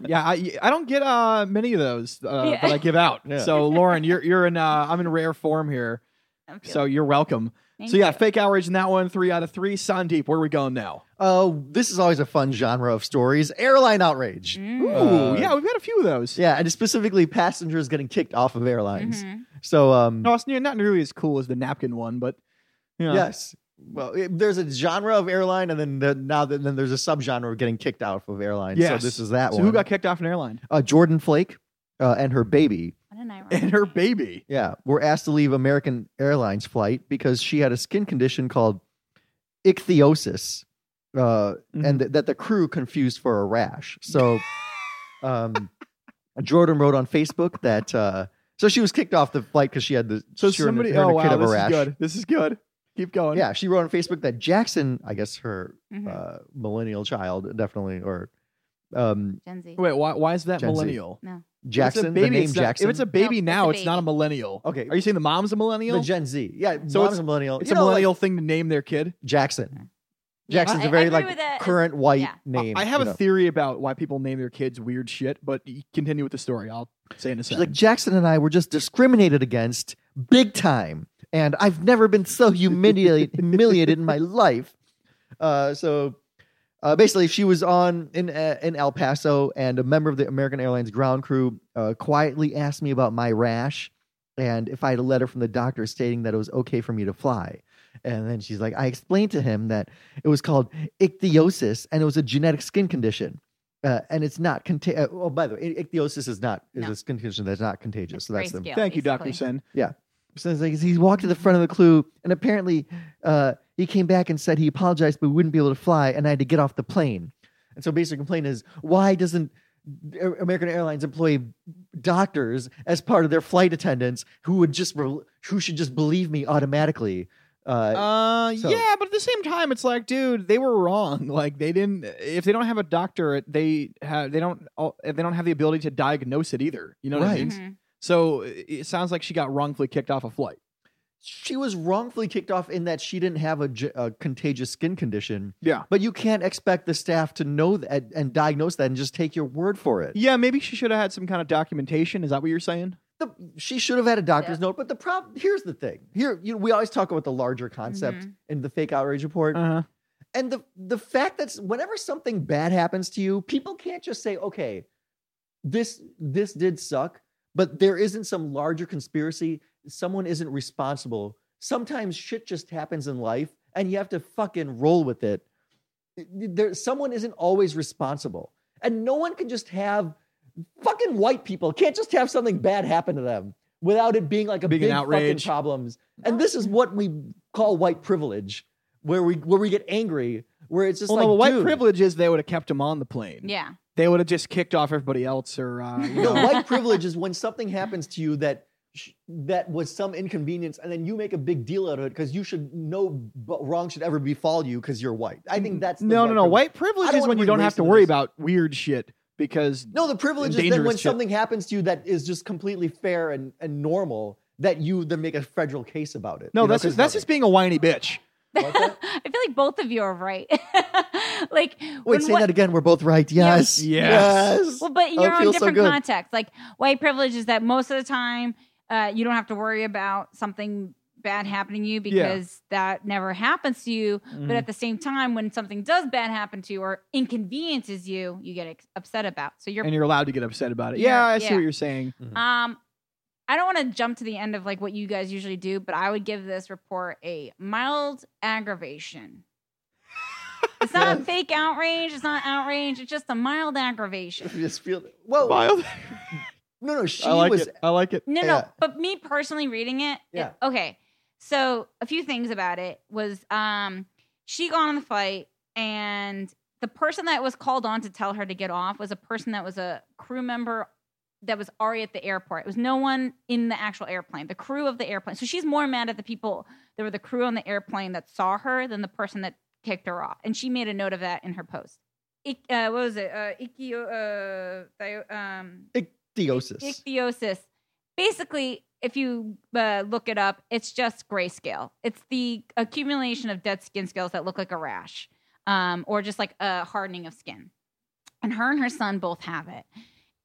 A: Yeah, I, I don't get uh, many of those uh,
C: Yeah.
A: that I give out.
B: Yeah.
A: So Lauren, you're you're in uh, I'm in rare form here.
C: I'm feeling-
A: So you're welcome.
C: thank
A: so yeah,
C: you.
A: fake outrage in that one. Three out of three. Sandeep, where are we going now?
B: Uh, this is always a fun genre of stories. Airline outrage.
A: Ooh,
C: Mm,
B: Uh,
A: yeah, we've had a few of those.
B: Yeah, and specifically passengers getting kicked off of airlines.
C: mhm.
B: So um,
A: No, uh, it's n- not nearly as cool as the napkin one, but you know.
B: yes, well, it, there's a genre of airline, and then the, now that then there's a subgenre of getting kicked out of airlines.
A: Yes.
B: So this is that
A: So
B: one.
A: who got kicked off an airline?
B: uh, Jordan Flake uh, and her baby?
C: What an ironic
A: And her
C: name.
A: baby.
B: Yeah, were asked to leave American Airlines flight because she had a skin condition called ichthyosis, uh,
A: Mm-hmm.
B: and th- that the crew confused for a rash. So, um, Jordan wrote on Facebook that uh, so she was kicked off the flight because she had the
A: So
B: she
A: somebody.
B: her and
A: Oh
B: her
A: wow,
B: kid have a
A: this is
B: rash.
A: good. This is good. Keep going.
B: Yeah, she wrote on Facebook that Jackson, I guess her
C: Mhm.
B: uh,
A: Hmm.
B: millennial child, definitely, or um,
C: Gen Z.
A: Wait, why, why is that
B: Gen Z.
A: millennial?
B: Jackson,
A: If it's a baby,
B: the name
A: it's not-
B: Jackson.
A: If it's a baby
C: it's a
A: now, it's, not a
C: baby.
A: millennial.
B: okay,
A: Are you saying the mom's a millennial?
B: the Gen Z. Yeah,
A: So
B: mom's
A: it's-
B: a millennial.
A: it's
B: You
A: a
B: know, like,
A: millennial thing to name their kid.
B: Jackson.
C: Yeah,
B: Jackson's
C: I-
B: a
C: I
B: very
C: agree with
B: like
C: that.
B: current white
C: Uh, yeah.
B: name.
A: I have
B: you
A: a
B: know.
A: theory about why people name their kids weird shit, but you continue with the story. I'll say in a
B: She's
A: second.
B: like Jackson and I were just discriminated against big time, and I've never been so humiliated humiliated in my life. Uh, so uh, basically, she was on in uh, in El Paso, and a member of the American Airlines ground crew uh, quietly asked me about my rash and if I had a letter from the doctor stating that it was okay for me to fly. And then she's like, I explained to him that it was called ichthyosis and it was a genetic skin condition. Uh, and it's not contagious. Uh, oh, by the way, i- ichthyosis is not is
C: No.
B: a skin condition that's not contagious. So that's the
C: Grayscale,
A: Thank you, Doctor
C: basically.
A: Sen.
B: so it's like he walked to the front of the clue, and apparently uh, he came back and said he apologized, but wouldn't be able to fly, and I had to get off the plane. And so, basic complaint is why doesn't Air- American Airlines employ doctors as part of their flight attendants who would just re- who should just believe me automatically? Uh,
A: Uh,
B: So-
A: yeah, but at the same time, it's like, dude, they were wrong. Like, they didn't. If they don't have a doctorate, they have they don't all- they don't have the ability to diagnose it either. You know what I
B: Right.
A: mean?
C: Mhm.
A: So it it sounds like she got wrongfully kicked off a flight.
B: she was wrongfully kicked off in that she didn't have a, ge- a contagious skin condition.
A: Yeah.
B: but you can't expect the staff to know that and diagnose that and just take your word for it.
A: Yeah, maybe she should have had some kind of documentation. Is that what you're saying?
B: the, she should have had a doctor's
C: Yeah.
B: note. But the problem here's the thing. Here, you know, we always talk about the larger concept
C: Mhm.
B: in the fake outrage report,
A: Uh-huh.
B: and the the fact that whenever something bad happens to you, people can't just say, "Okay, this this did suck," but there isn't some larger conspiracy. Someone isn't responsible. Sometimes shit just happens in life, and you have to fucking roll with it. There, someone isn't always responsible, and no one can just have fucking white people can't just have something bad happen to them without it being like a
A: Being an
B: big fucking
A: outrage.
B: problems. And this is what we call white privilege, where we where we get angry, where it's just
A: Well,
B: like
A: no, but white
B: dude,
A: privilege is they would have kept him on the plane.
C: Yeah.
A: They would have just kicked off everybody else or, uh, you know,
B: No, white privilege is when something happens to you that sh- that was some inconvenience, and then you make a big deal out of it because you should no b- wrong should ever befall you because you're white. I think that's the
A: no, no, no.
B: privilege.
A: White
B: I
A: privilege
B: don't
A: is
B: wanna
A: when you
B: bring
A: don't
B: race
A: have to
B: into
A: worry
B: this.
A: about weird shit because
B: No, the privilege is then
A: Dangerous
B: when
A: shit.
B: something happens to you that is just completely fair and, and normal that you then make a federal case about it.
A: no,
B: you know,
A: that's
B: 'cause
A: just, that's
B: nothing.
A: just being a whiny bitch.
C: I feel like both of you are right. like
B: Wait,
C: when
B: say
C: what-
B: that again. We're both right. Yes.
C: Yes.
A: Yes.
C: Well, but
B: Oh, it
C: you're on
B: feels so
C: different
B: good.
C: context. Like white privilege is that most of the time uh, you don't have to worry about something bad happening to you because that never happens to you. But
B: Mm-hmm. Mm.
C: at the same time, when something does bad happen to you or inconveniences you, you get ex- upset about. So you're
A: and you're allowed to get upset about it. Yeah,
C: Yeah,
A: I see
C: yeah.
A: what you're saying.
C: Um, I don't want to jump to the end of like what you guys usually do, but I would give this report a mild aggravation. It's not a fake outrage. It's not outrage. It's just a mild
B: I
C: aggravation.
B: just feel. Whoa. No, no. She
A: I like
B: was.
A: it. I like it.
C: No, no.
B: Yeah.
C: But me personally reading it, it-
B: Yeah.
C: okay. So a few things about it was um she got on the flight and the person that was called on to tell her to get off was a person that was a crew member that was already at the airport. It was no one in the actual airplane, the crew of the airplane. So she's more mad at the people that were the crew on the airplane that saw her than the person that kicked her off. And she made a note of that in her post. Ik, uh, what was it? Uh, ikio, uh, di- um,
B: Ichthyosis.
C: Ichthyosis. Basically, if you uh, look it up, it's just grayscale. It's the accumulation of dead skin scales that look like a rash, um, or just like a hardening of skin. And her and her son both have it.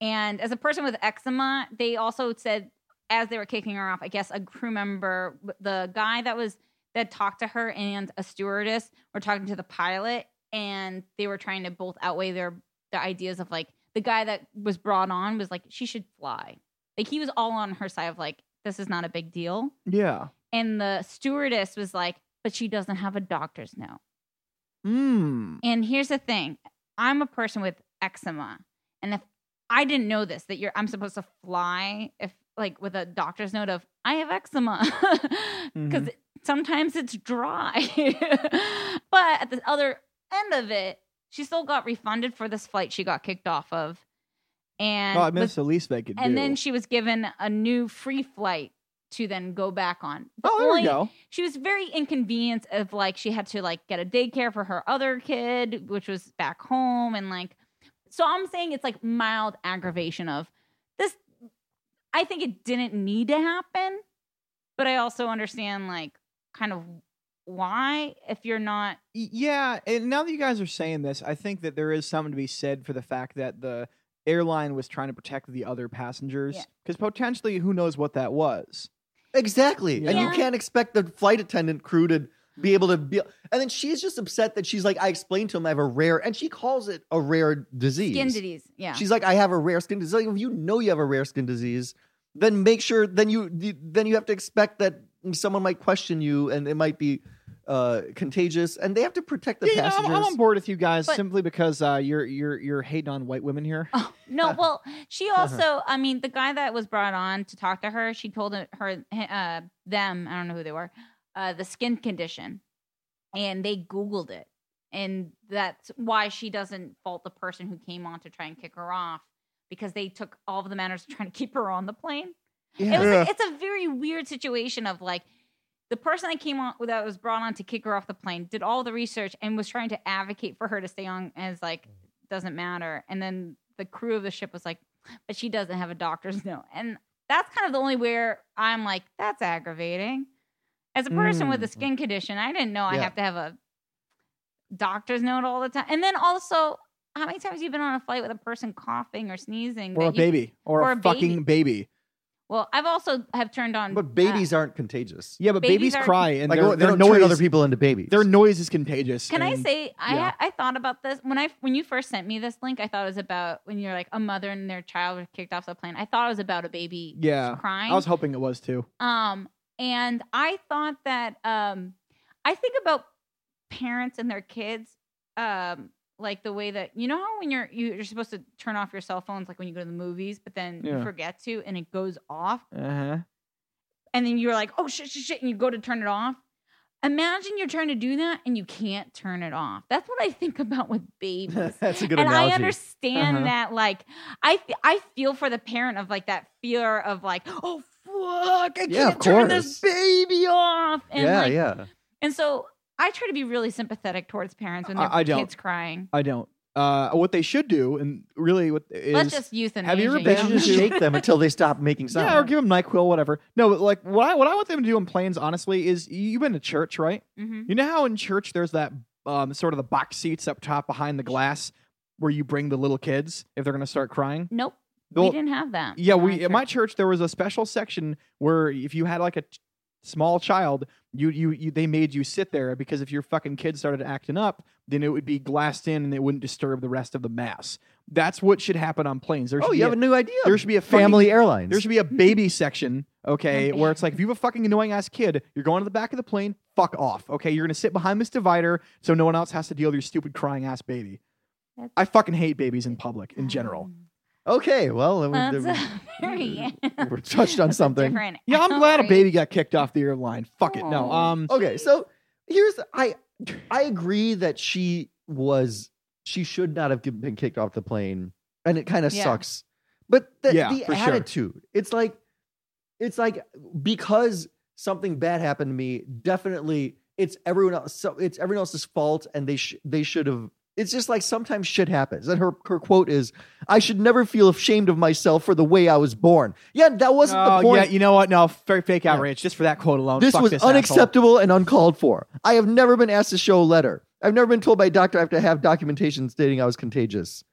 C: And as a person with eczema, they also said as they were kicking her off, I guess a crew member, the guy that was that talked to her and a stewardess were talking to the pilot, and they were trying to both outweigh their the ideas of like the guy that was brought on was like she should fly, like he was all on her side of like this is not a big deal,
A: Yeah.
C: and the stewardess was like but she doesn't have a doctor's note.
A: Hmm.
C: And here's the thing I'm a person with eczema. And if I didn't know this, that you're I'm supposed to fly if like with a doctor's note of I have eczema.
A: Mm-hmm.
C: Because sometimes it's dry. but at the other end of it, she still got refunded for this flight she got kicked off of. And
A: Oh, I mean,
C: was-
A: that's the least they could do.
C: and then she was given a new free flight to then go back on.
A: oh, there we
C: Only-
A: go.
C: she was very inconvenienced of like she had to like get a daycare for her other kid which was back home and like so i'm saying it's like mild aggravation of this i think it didn't need to happen but i also understand like kind of why if you're not
A: Y- Yeah, and now that you guys are saying this, I think that there is something to be said for the fact that the airline was trying to protect the other passengers
C: Yeah.
A: because potentially, who knows what that was?
B: Exactly. And you
C: Yeah.
B: can't expect the flight attendant crew to be able to be. And then she's just upset that she's like, I explained to him I have a rare, and she calls it a rare disease.
C: skin disease yeah
B: She's like, I have a rare skin disease. Like, if you know you have a rare skin disease, then make sure, then you, then you have to expect that someone might question you and it might be uh, contagious and they have to protect the
A: Yeah, you know, I'm-
B: passengers.
A: I'm, on board with you guys
C: But-
A: simply because uh, you're you're you're hating on white women here.
C: Oh, no, well, she also, I mean, the guy that was brought on to talk to her, she told her, uh, them, I don't know who they were, uh, the skin condition. And they Googled it. And that's why she doesn't fault the person who came on to try and kick her off because they took all of the manners trying to keep her on the plane. It was like, it's a very weird situation of like the person that came on that was brought on to kick her off the plane did all the research and was trying to advocate for her to stay on as like doesn't matter. And then the crew of the ship was like, but she doesn't have a doctor's note. And that's kind of the only where I'm like, that's aggravating. As a person with a
A: Mm.
C: skin condition, I didn't know I
B: Yeah.
C: have to have a doctor's note all the time. And then also, how many times have you been on a flight with a person coughing or sneezing?
A: or a
C: that you-
A: baby, or,
C: or
A: a,
C: a baby.
A: fucking baby.
C: Well, I've also have turned on
B: but
C: uh,
B: babies aren't contagious.
A: Yeah, but babies,
C: Babies are- oh,
A: cry, and
B: like,
A: their,
B: they
A: their
B: don't
A: noise,
B: turn other people into babies.
A: Their noise is contagious.
C: Can I
A: and-
C: say I
A: yeah.
C: I thought about this when I when you first sent me this link? I thought it was about when you're like a mother and their child were kicked off the plane. I thought it was about a baby
A: Yeah,
C: crying.
A: I was hoping it was too.
C: um, and I thought that um, I think about parents and their kids, um, like the way that you know how when you're you- you're supposed to turn off your cell phones, like when you go to the movies, but then
A: Yeah.
C: you forget to, and it goes off
A: Uh huh.
C: and then you're like, oh shit, shit, shit, and you go to turn it off. Imagine you're trying to do that and you can't turn it off. That's what I think about with babies. and
B: That's a good
C: I
B: analogy.
C: understand
A: Uh-huh.
C: that, like, I f- I feel for the parent of like that fear of like, oh fuck, I
B: Yeah, of
C: can't turn this
B: course.
C: baby off. And
B: yeah,
C: like,
B: yeah.
C: and so I try to be really sympathetic towards parents when
A: I-
C: their
A: I don't.
C: kids crying.
A: I don't. Uh, what they should do, and really, what is
C: Let's just euthanasia.
A: have you ever
B: They
A: been
B: should
A: Yeah.
B: just shake them until they stop making sound.
A: yeah, or give them Nyquil, whatever. No, but like what I what I want them to do in planes, honestly, is you- you've been to church, right?
C: hmm
A: You know how in church there's that um, sort of the box seats up top behind the glass where you bring the little kids if they're gonna start crying.
C: Nope, we
A: They'll-
C: didn't have that.
A: Yeah,
C: in
A: we
C: our
A: at my
C: church.
A: church there was a special section where if you had like a t- small child, you, you you they made you sit there because if your fucking kid started acting up, then it would be glassed in and it wouldn't disturb the rest of the mass. That's what should happen on planes. There should
B: oh,
A: be
B: you
A: a,
B: have a new idea.
A: there should be a fucking-
B: family airlines.
A: there should be a baby section, okay,
C: Okay.
A: where it's like if you have a fucking annoying ass kid, you're going to the back of the plane, fuck off, okay? You're gonna sit behind this divider so no one else has to deal with your stupid crying ass baby.
C: That's-
A: I fucking hate babies in public in general.
B: okay, well, we-
C: That's
B: we-
C: a very
B: we're touched on something.
C: different
A: Yeah, I'm glad a
C: outrage.
A: baby got kicked off the airline. Fuck it. No.
C: Aw.
A: Um
B: Okay, so here's I I agree that she was she should not have been kicked off the plane, and it kind of
C: Yeah.
B: sucks. But the,
A: Yeah,
B: the
A: for sure.
B: attitude, it's like it's like because something bad happened to me, definitely it's everyone else. So it's everyone else's fault, and they sh- they should have It's just like sometimes shit happens. And her, her quote is, I should never feel ashamed of myself for the way I was born. Yeah, that wasn't
A: Oh,
B: the point.
A: yeah, you know what? No, fake, fake
B: Yeah.
A: outrage. Just for that quote alone.
B: this
A: Fuck
B: was
A: this asshole.
B: unacceptable and uncalled for. I have never been asked to show a letter. I've never been told by a doctor I have to have documentation stating I was contagious.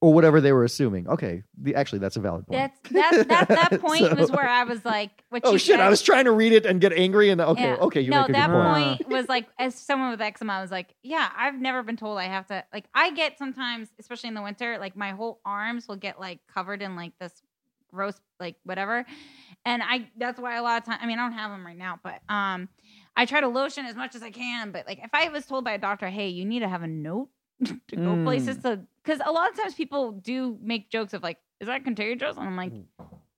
B: Or whatever they were assuming. Okay. The, actually, that's a valid point.
C: That's that that that point
B: So-
C: was where I was like, what
B: oh
C: you
B: shit, I
C: said-
B: was trying to read it and get angry and okay,
C: Yeah.
B: okay, you
C: no,
B: make a good
C: that
B: point.
A: point.
C: point was like, as someone with eczema, I was like, yeah, I've never been told I have to. Like, I get sometimes, especially in the winter, like my whole arms will get like covered in like this gross, like whatever. And I, that's why a lot of time, I mean, I don't have them right now, but um, I try to lotion as much as I can. But like, if I was told by a doctor, hey, you need to have a note to go
A: Mm.
C: places to, because a lot of times people do make jokes of like, is that contagious? And I'm like,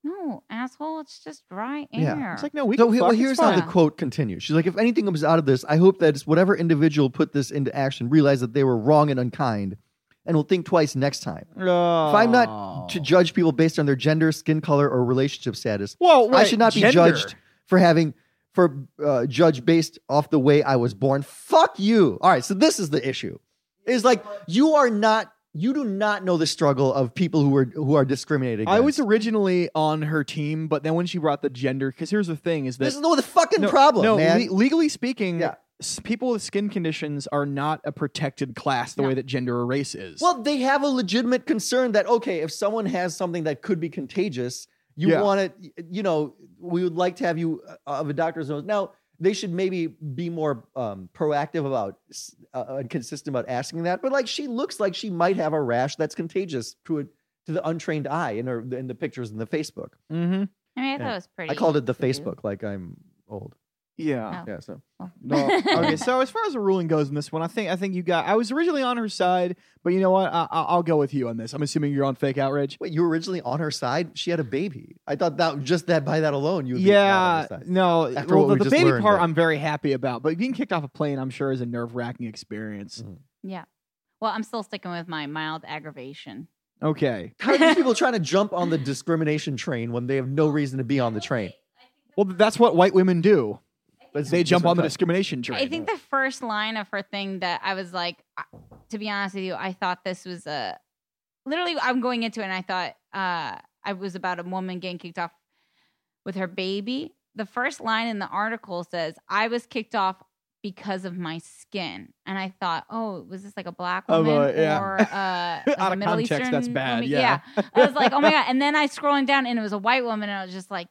C: no, asshole, it's just dry air.
B: Mm. Yeah.
A: It's like no, we.
B: So
A: can
B: he- well,
A: fuck, it's
B: here's how the
C: fine.
B: quote continues. She's like, if anything comes out of this, I hope that whatever individual put this into action realized that they were wrong and unkind and will think twice next time
A: fine. Oh.
B: If I'm not to judge people based on their gender, skin color, or relationship status.
A: well,
B: I
A: wait,
B: should not be
A: gender.
B: judged for having, for uh, judged based off the way I was born. Fuck you. All right. So this is the issue. Is like, you are not, you do not know the struggle of people who are, who are discriminated
A: I
B: against.
A: was originally on her team, but then when she brought the gender, because here's the thing: is that
B: this is the fucking
A: no,
B: problem,
A: no,
B: man.
A: le- legally speaking,
B: Yeah.
A: s- people with skin conditions are not a protected class the
C: No.
A: way that gender or race is.
B: Well, they have a legitimate concern that okay, if someone has something that could be contagious, you
A: Yeah.
B: want it. You know, we would like to have you uh, of a doctor's note. Now they should maybe be more um, proactive about s- uh, uh, and consistent about asking that. But like, she looks like she might have a rash that's contagious to a, to the untrained eye in her in the pictures in the Facebook.
A: mm-hmm.
C: I mean, I thought
B: Yeah.
C: it was pretty.
B: I called it the
C: to do.
B: Facebook, like I'm old.
A: yeah.
C: Oh.
B: Yeah, so
A: No. okay, so as far as the ruling goes in this one, I think I think you got. I was originally on her side, but you know what? I, I- I'll go with you on this. I'm assuming you're on fake outrage.
B: wait, you were originally on her side. She had a baby. I thought that just that by that alone, you would be not on
A: Yeah,
B: her side.
A: no.
B: After
A: well,
B: what
A: the,
B: we
A: the
B: just
A: baby
B: learned,
A: part,
B: but-
A: I'm very happy about, but being kicked off a plane, I'm sure, is a nerve wracking experience.
C: Yeah. Well, I'm still sticking with my mild aggravation.
A: Okay.
B: How are these people trying to jump on the discrimination train when they have no reason to be on the train?
A: Well, that's what white women do.
B: But
A: They jump on the discrimination train.
C: I think the first line of her thing that I was like, I- to be honest with you, I thought this was a. Literally, I'm going into it and I thought uh, I was about a woman getting kicked off with her baby. The first line in the article says, I was kicked off because of my skin. And I thought, oh, was this like a black
A: Of, uh,
C: woman
A: yeah.
C: or uh, like
A: Out
C: a
A: of
C: Middle
A: context,
C: Eastern
A: that's bad,
C: woman?
A: yeah.
C: I was like, oh my god! And then I scrolling down, and it was a white woman, and I was just like,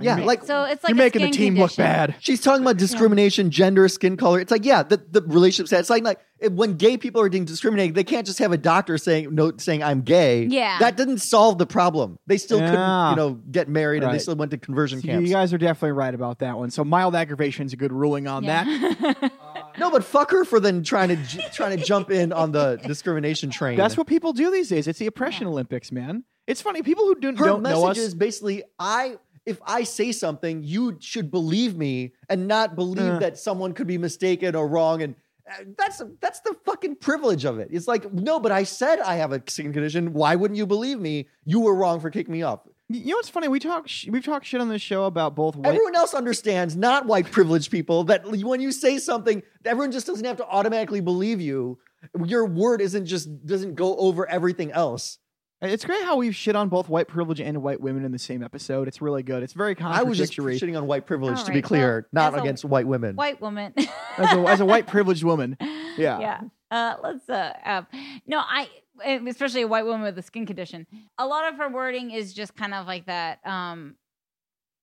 B: Yeah,
C: Okay.
B: like,
C: so. It's like
A: you're
C: a
A: making the
C: skin
A: team look
C: condition.
A: bad.
B: She's talking about discrimination, gender, skin color. It's like, yeah, the, the relationship status. It's like, like if- when gay people are being discriminated, they can't just have a doctor saying no, saying I'm gay.
C: Yeah.
B: that didn't solve the problem. They still couldn't,
A: Yeah.
B: you know, get married, and they
A: Right.
B: still went to conversion
A: So
B: camps.
A: you guys are definitely right about that one. So mild aggravation is a good ruling on that.
C: that.
B: no, but fuck her for then trying to j- trying to jump in on the discrimination train.
A: That's what people do these days. It's the oppression Olympics, man. It's funny. People who do,
B: her
A: don't
B: message
A: know us.
B: is basically i if i say something you should believe me and not believe
A: Uh.
B: that someone could be mistaken or wrong and uh, that's that's the fucking privilege of it it's like no but i said i have a skin condition why wouldn't you believe me you were wrong for kicking me up
A: you know what's funny? We talk. Sh- we've talked shit on this show about both white
B: everyone else understands not white privileged people that when you say something everyone just doesn't have to automatically believe you your word isn't just doesn't go over everything else
A: It's great how we've shit on both white privilege and white women in the same episode. It's really good. It's very
B: i was just
A: contradictory.
B: shitting on white privilege to
C: All
B: be
C: right,
B: clear
C: well,
B: not
C: as a
B: against white women
C: White woman.
A: as, a, as a white privileged woman. Yeah.
C: Yeah. Uh, let's. Uh, um, no, I especially a white woman with a skin condition. A lot of her wording is just kind of like that. Um,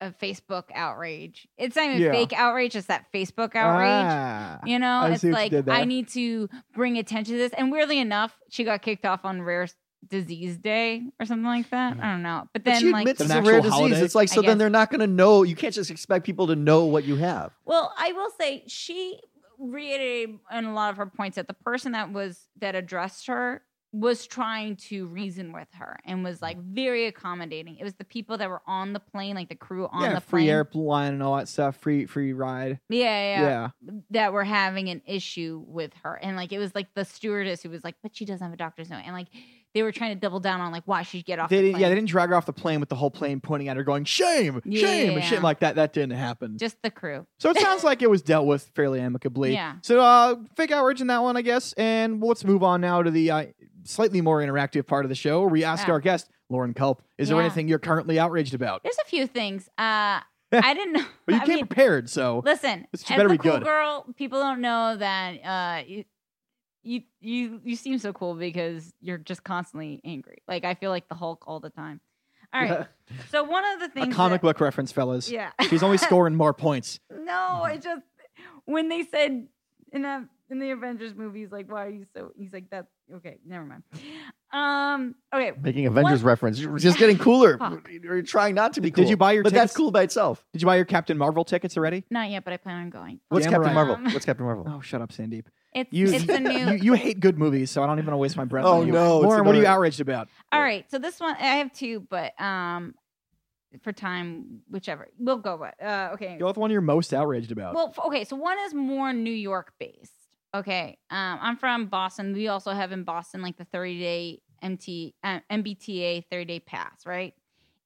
C: a Facebook outrage. It's not even
A: Yeah.
C: fake outrage. It's that Facebook outrage.
A: Ah.
C: You know,
A: I
C: it's
A: see what you
C: like
A: did
C: I
A: there.
C: need to bring attention to this. And weirdly enough, she got kicked off on Rare S- Disease Day or something like that. I don't know. But
B: But
C: then,
B: she
C: like,
B: admits
A: An
B: it's a
A: actual
B: rare disease.
A: holiday?
B: It's like
C: I
B: so then
C: guess.
B: they're not going to know. You can't just expect people to know what you have.
C: well, I will say she reiterated on a lot of her points that the person that was that addressed her was trying to reason with her and was like
A: Mm-hmm.
C: very accommodating. It was the people that were on the plane, like the crew on
A: yeah,
C: the
A: free
C: plane,
A: airline and all that stuff. Free free ride.
C: yeah, yeah,
A: Yeah.
C: that were having an issue with her. And like it was like the stewardess who was like, but she doesn't have a doctor's note. And like they were trying to double down on like why she should get off.
A: They
C: the
A: did,
C: plane.
A: yeah, they didn't drag her off the plane with the whole plane pointing at her, going shame, shame, and
C: Yeah.
A: shit like that. That didn't happen.
C: just the crew.
A: So it sounds like it was dealt with fairly amicably.
C: Yeah.
A: So uh, fake outrage in that one, I guess. And well, let's move on now to the uh, slightly more interactive part of the show. where We asked
C: Yeah.
A: our guest Lauren Culp, "Is there
C: Yeah.
A: anything you're currently outraged about?"
C: There's a few things. Uh, I didn't know.
A: But you
C: I
A: came
C: mean,
A: prepared, so
C: listen,
A: This
C: as
A: better
C: the
A: be
C: cool
A: good.
C: girl, people don't know that uh, you, you you you seem so cool because you're just constantly angry. Like I feel like the Hulk all the time. All right. so one of the
A: a
C: things
A: comic
C: that,
A: book reference, fellas.
C: Yeah.
A: She's only scoring more points.
C: No, it just when they said in the in the Avengers movies, like, why are you so? He's like, that's okay. Never mind. Um. Okay.
B: Making Avengers reference. You're just getting cooler.
C: Fuck.
B: You're trying not to be cool.
A: Did you buy your
B: But
A: tickets?
B: that's cool by itself.
A: Did you buy your Captain Marvel tickets already?
C: Not yet, but I plan on going.
B: What's
A: Damn
B: Captain
A: right.
B: Marvel?
C: Um,
B: What's Captain Marvel?
A: Oh, shut up, Sandeep.
C: It's
A: You,
C: it's the new.
A: you, you hate good movies, so I don't even want to waste my breath.
B: Oh,
A: on you.
B: no, it's
A: Lauren, what are you
B: another-
A: outraged about?
C: All right. So this one I have two, but um, for time, whichever we'll go with. Uh, okay.
A: Go with one you're most outraged about.
C: Well, f- okay. So one is more New York based. Okay. Um, I'm from Boston. We also have in Boston like the 30 day MT uh, MBTA 30 day pass, right?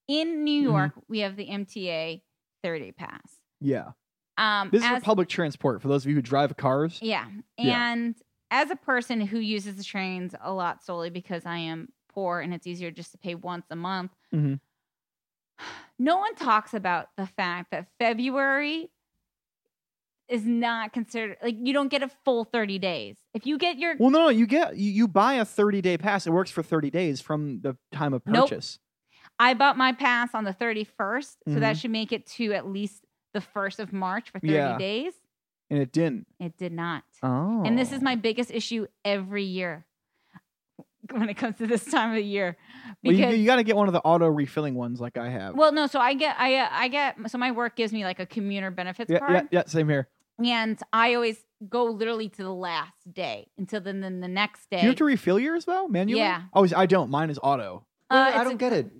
C: In New
A: Mhm.
C: York, we have the MTA 30 day pass.
A: yeah,
C: Um,
A: this is
C: as-
A: for public transport for those of you who drive cars.
C: yeah.
A: Yeah.
C: And as a person who uses the trains a lot solely because I am poor and it's easier just to pay once a month,
A: Mhm.
C: no one talks about the fact that February is not considered like you don't get a full 30 days. If you get your
A: Well, no, no, you get you, you buy a 30 day pass. It works for 30 days from the time of
C: Nope.
A: purchase.
C: I bought my pass on the 31st, so that
A: Mhm.
C: should make it to at least the 1st of March for 30
A: Yeah.
C: days.
A: and it didn't.
C: It did not.
A: Oh,
C: And this is my biggest issue every year when it comes to this time of year.
A: Well,
C: Because
A: you, you got to get one of the auto refilling ones, like I have.
C: Well, no. So I get, I, uh, I get. So my work gives me like a commuter benefits
A: yeah, yeah,
C: card,
A: yeah, same here.
C: and I always go literally to the last day until then, then the next day.
A: Do you have to refill yours though, manually?
C: Yeah.
A: Oh, I don't. Mine is auto.
C: Uh,
B: I
C: it's
B: don't
C: a-
B: get it.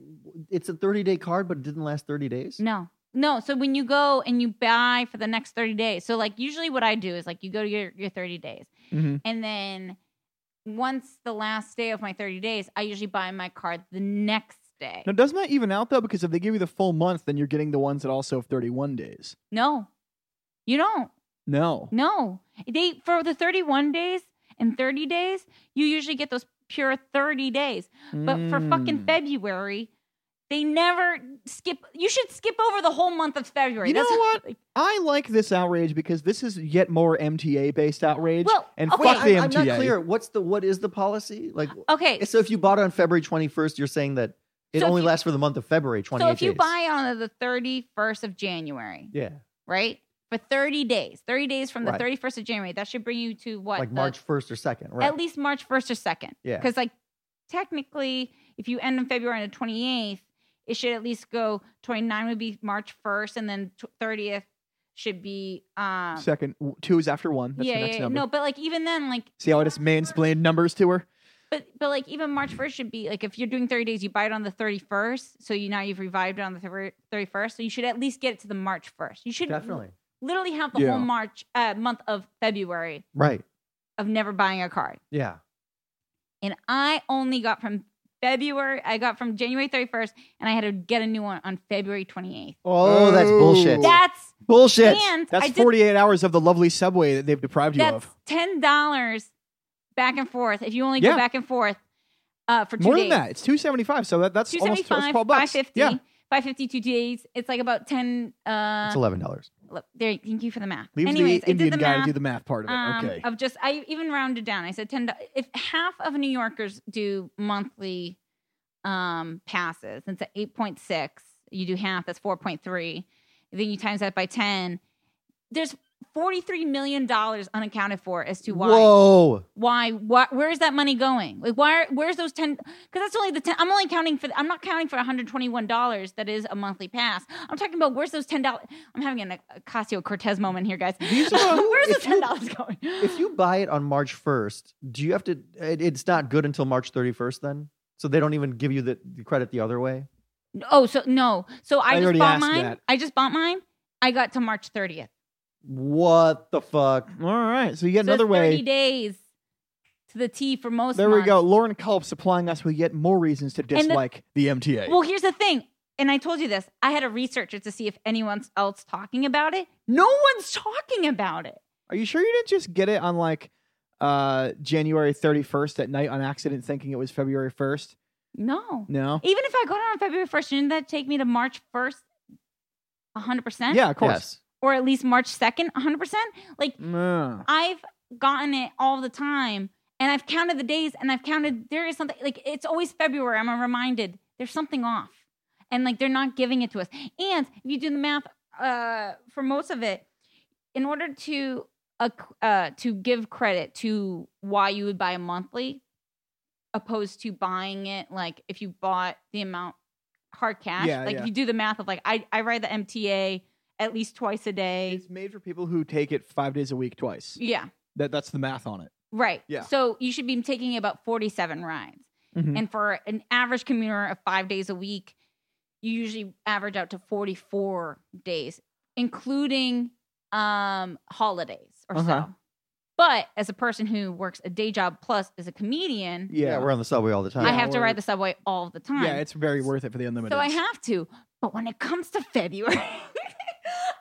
B: It's a 30 day card, but it didn't last 30 days.
C: No, no. So when you go and you buy for the next thirty days, so like usually what I do is like you go to your, your thirty days,
A: Mhm.
C: and then once the last day of my thirty days, I usually buy my card the next day.
A: Now, doesn't that even out though? Because if they give you the full month, then you're getting the ones that also have 31 days.
C: No, you don't.
A: No.
C: No. They for the 31 days and 30 days, you usually get those pure 30 days. But for fucking
A: Mm.
C: February, they never skip you should skip over the whole month of February.
A: You know what?
C: like-
A: I like this outrage because this is yet more MTA based outrage.
C: Well,
A: and
C: okay.
A: fuck the
B: I, am
A: MTA.
B: not clear. What's the what is the policy? Like
C: okay.
B: so if you bought it on February 21st, you're saying that it
C: So if
B: only
C: you-
B: lasts for the month of February 28
C: So if you
B: days.
C: buy on the 31st of January,
B: yeah,
C: right? For 30 days, 30 days from the
B: Right.
C: 31st of January, that should bring you to what?
B: like
C: the-
B: March 1st or 2nd, right?
C: At least March 1st or 2nd.
B: Yeah.
C: Because, like, technically, if you end in February on the 28th, it should at least go 29 would be March 1st, and then tw- 30th should be. Um,
A: Second, w- two is after one. That's
C: yeah,
A: the next
C: yeah,
A: number.
C: no, but like even then, like,
A: See how I just mansplained numbers to her?
C: but but like even March first should be like if you're doing thirty days, you buy it on the thirty first, so you now you've revived it on the thirty first, so you should at least get it to the March first. You should
B: Definitely.
C: literally have the
A: Yeah.
C: whole March uh, month of February
B: Right.
C: of never buying a card.
B: Yeah.
C: and I only got from February. I got from January 31st, and I had to get a new one on February 28th.
B: Oh, that's bullshit. Cool.
C: That's
B: Bullshit.
C: and
A: That's
C: I did
A: 48 hours of the lovely subway that they've deprived you
C: that's
A: of.
C: ten dollars back and forth. If you only
A: Yeah.
C: go back and forth uh, for two
A: More
C: days,
A: than that, it's 275. So that, that's
C: two
A: almost t-
C: seventy
A: it's
C: five,
A: 12
C: five
A: bucks.
C: fifty.
A: Yeah.
C: 550 two days. It's like about 10. Uh,
B: It's eleven dollars.
C: look, there, thank you for the math.
A: Leaves
C: Anyways,
A: the Indian
C: I did the
A: guy
C: math.
A: to do the math part of it.
C: um,
A: okay.
C: Of just, I even rounded down. I said ten. do- If half of New Yorkers do monthly um, passes, it's at eight point six. You do half. That's four point three. Then you times that by ten. There's forty three million dollars unaccounted for as to why.
B: Whoa.
C: Why, why? Where is that money going? Like, why? are- Where's those ten? Because that's only the ten. I'm only counting for. I'm not counting for 121 dollars. That is a monthly pass. I'm talking about where's those ten dollars? I'm having an Ocasio Cortez moment here, guys.
B: These are-
C: where's the
B: if you-
C: ten dollars going?
B: If you buy it on March first, do you have to? It, it's not good until March thirty first. Then, so they don't even give you the, the credit the other way.
C: Oh, so no. So
A: I
C: I, just
A: already
C: bought
A: asked
C: mine.
A: that.
C: I just bought mine. I got to March 30th.
B: What the fuck?
A: All right. So you get
C: So
A: another
C: 30
A: way.
C: days to the T for most.
A: There we go.
C: months.
A: Lauren Culp supplying us with yet more reasons to
C: the-
A: dislike the, MTA.
C: Well, here's the thing, and I told you this. I had a researcher to see if anyone else talking about it. No one's talking about it.
A: Are you sure you didn't just get it on like uh January 31st at night on accident thinking it was February 1st?
C: No.
A: No.
C: Even if I got on February 1st, shouldn't that take me to March 1st? 100%?
A: Yeah, of course.
B: Yes.
C: Or at least March 2nd? 100%? Like,
A: Mm.
C: I've gotten it all the time and I've counted the days and I've counted there is something like it's always February. I'm reminded there's something off and like they're not giving it to us. And if you do the math uh, for most of it, in order to uh, uh, to give credit to why you would buy a monthly opposed to buying it like if you bought the amount hard cash
A: Yeah,
C: like
A: yeah.
C: if you do the math of like I, I ride the mta at least twice a day
A: It's made for people who take it 5 days a week twice.
C: yeah
A: That that's the math on it.
C: Right.
A: Yeah.
C: So you should be taking about 47 rides.
A: Mhm.
C: And for an average commuter of five days a week, you usually average out to 44 days, including um, holidays or
A: Uh-huh.
C: so. But as a person who works a day job plus is a comedian,
A: Yeah.
B: Yeah, we're on the subway all the time.
C: I have to
A: we're-
C: ride the subway all the time.
A: yeah, it's very worth it for the unlimited.
C: So I have to. But when it comes to February,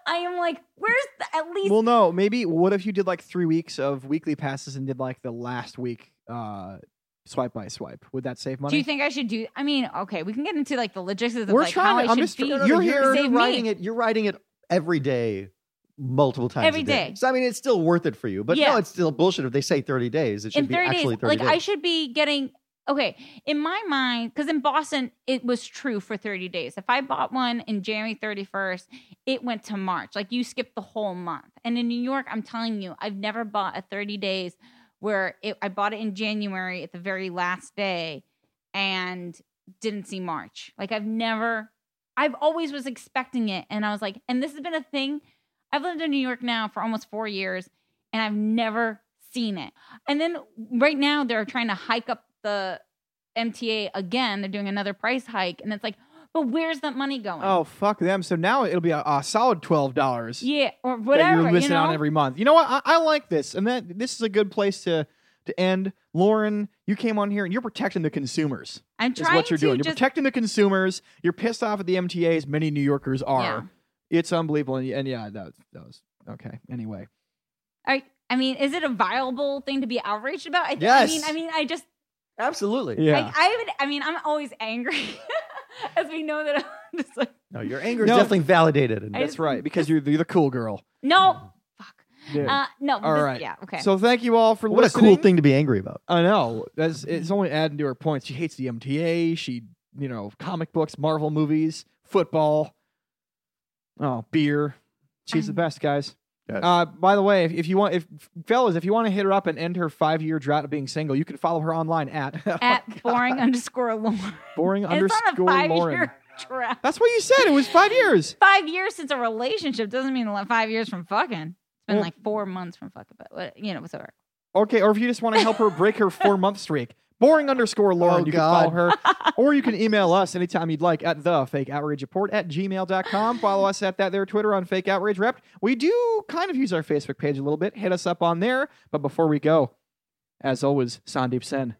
C: I am like, where's the, at least
A: Well, no, maybe what if you did like 3 weeks of weekly passes and did like the last week uh swipe by swipe? Would that save money?
C: Do you think I should do? I mean, okay, we can get into like the logistics of
A: We're
C: like
A: trying
C: how
A: to-
C: I
A: I'm
C: should
A: just tr-
C: be.
A: no, no,
B: you're
A: you
B: here.
C: save
B: You're
C: me.
B: riding it. You're riding it every day, multiple times
C: Every
B: a day.
C: day.
B: So I mean, it's still worth it for you. But no,
C: Yeah.
B: it's still bullshit if they say thirty days. It should
C: in
B: be
C: 30 days.
B: actually thirty
C: like I
B: days.
C: should be getting okay in my mind because in Boston it was true for 30 days. If I bought one in January 31st, it went to March. Like you skipped the whole month. And in New York, I'm telling you, I've never bought a 30 days where it, I bought it in January at the very last day and didn't see March. Like I've never. I've always was expecting it and I was like and this has been a thing I've lived in New York now for almost 4 years and I've never seen it. And then right now they're trying to hike up the MTA again. They're doing another price hike, and it's like, but where's that money going?
A: Oh fuck them! So now it'll be a, a solid twelve dollars.
C: yeah, or whatever.
A: that you're missing
C: you know?
A: out on every month. You know what? I, I like this, and that this is a good place to to end. Lauren, you came on here and you're protecting the consumers.
C: I'm
A: Is
C: trying
A: what you're
C: to
A: doing. You're
C: just
A: protecting the consumers. You're pissed off at the MTA as many New Yorkers
C: Yeah.
A: are. It's unbelievable. And, and yeah, that, that was okay. Anyway,
C: I, I mean, is it a viable thing to be outraged about? I, th-
B: Yes.
C: I mean, I mean, I just,
B: Absolutely.
A: yeah.
C: I, I would, I mean, I'm always angry, as we know that. I'm just like,
B: No, your anger is
A: No.
B: definitely validated. And
C: I
A: that's right, because you're, you're the cool girl.
C: no, fuck,
A: Mm. Yeah.
C: uh, no.
A: All
C: this-
A: right.
C: yeah, okay.
A: So thank you all for
B: what a
A: listening.
B: cool thing to be angry about.
A: I know. That's
C: Mm-hmm.
A: it's only adding to her points. She hates the MTA. She, you know, comic books, Marvel movies, football. Oh, beer. She's the
C: Um,
A: best, guys.
B: Yes.
A: Uh, by the way, if, if you want, if fellas, if you want to hit her up and end her five year drought of being single, you can follow her online at,
C: at boring underscore Lauren.
A: boring
C: It's not a
A: underscore
C: five
A: Lauren.
C: year trap.
A: That's what you said. It was five years.
C: five years since a relationship doesn't mean like five years from fucking. It's been
A: Well-
C: like four months from fucking, but what- you know, whatever.
A: Okay, or if you just want to help her break her four month streak, boring underscore Lauren,
B: Oh,
A: you
B: God.
A: can follow her. or you can email us anytime you'd like at the fake outrage report at gmail.com. Follow us at that there Twitter on fake outrage rep. We do kind of use our Facebook page a little bit. Hit us up on there. But before we go, as always, Sandeep Sen,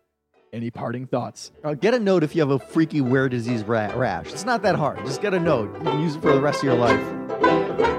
A: any parting thoughts?
B: Uh, get a note if you have a freaky wear disease ra- rash. It's not that hard. Just get a note. You can use it for the rest of your life.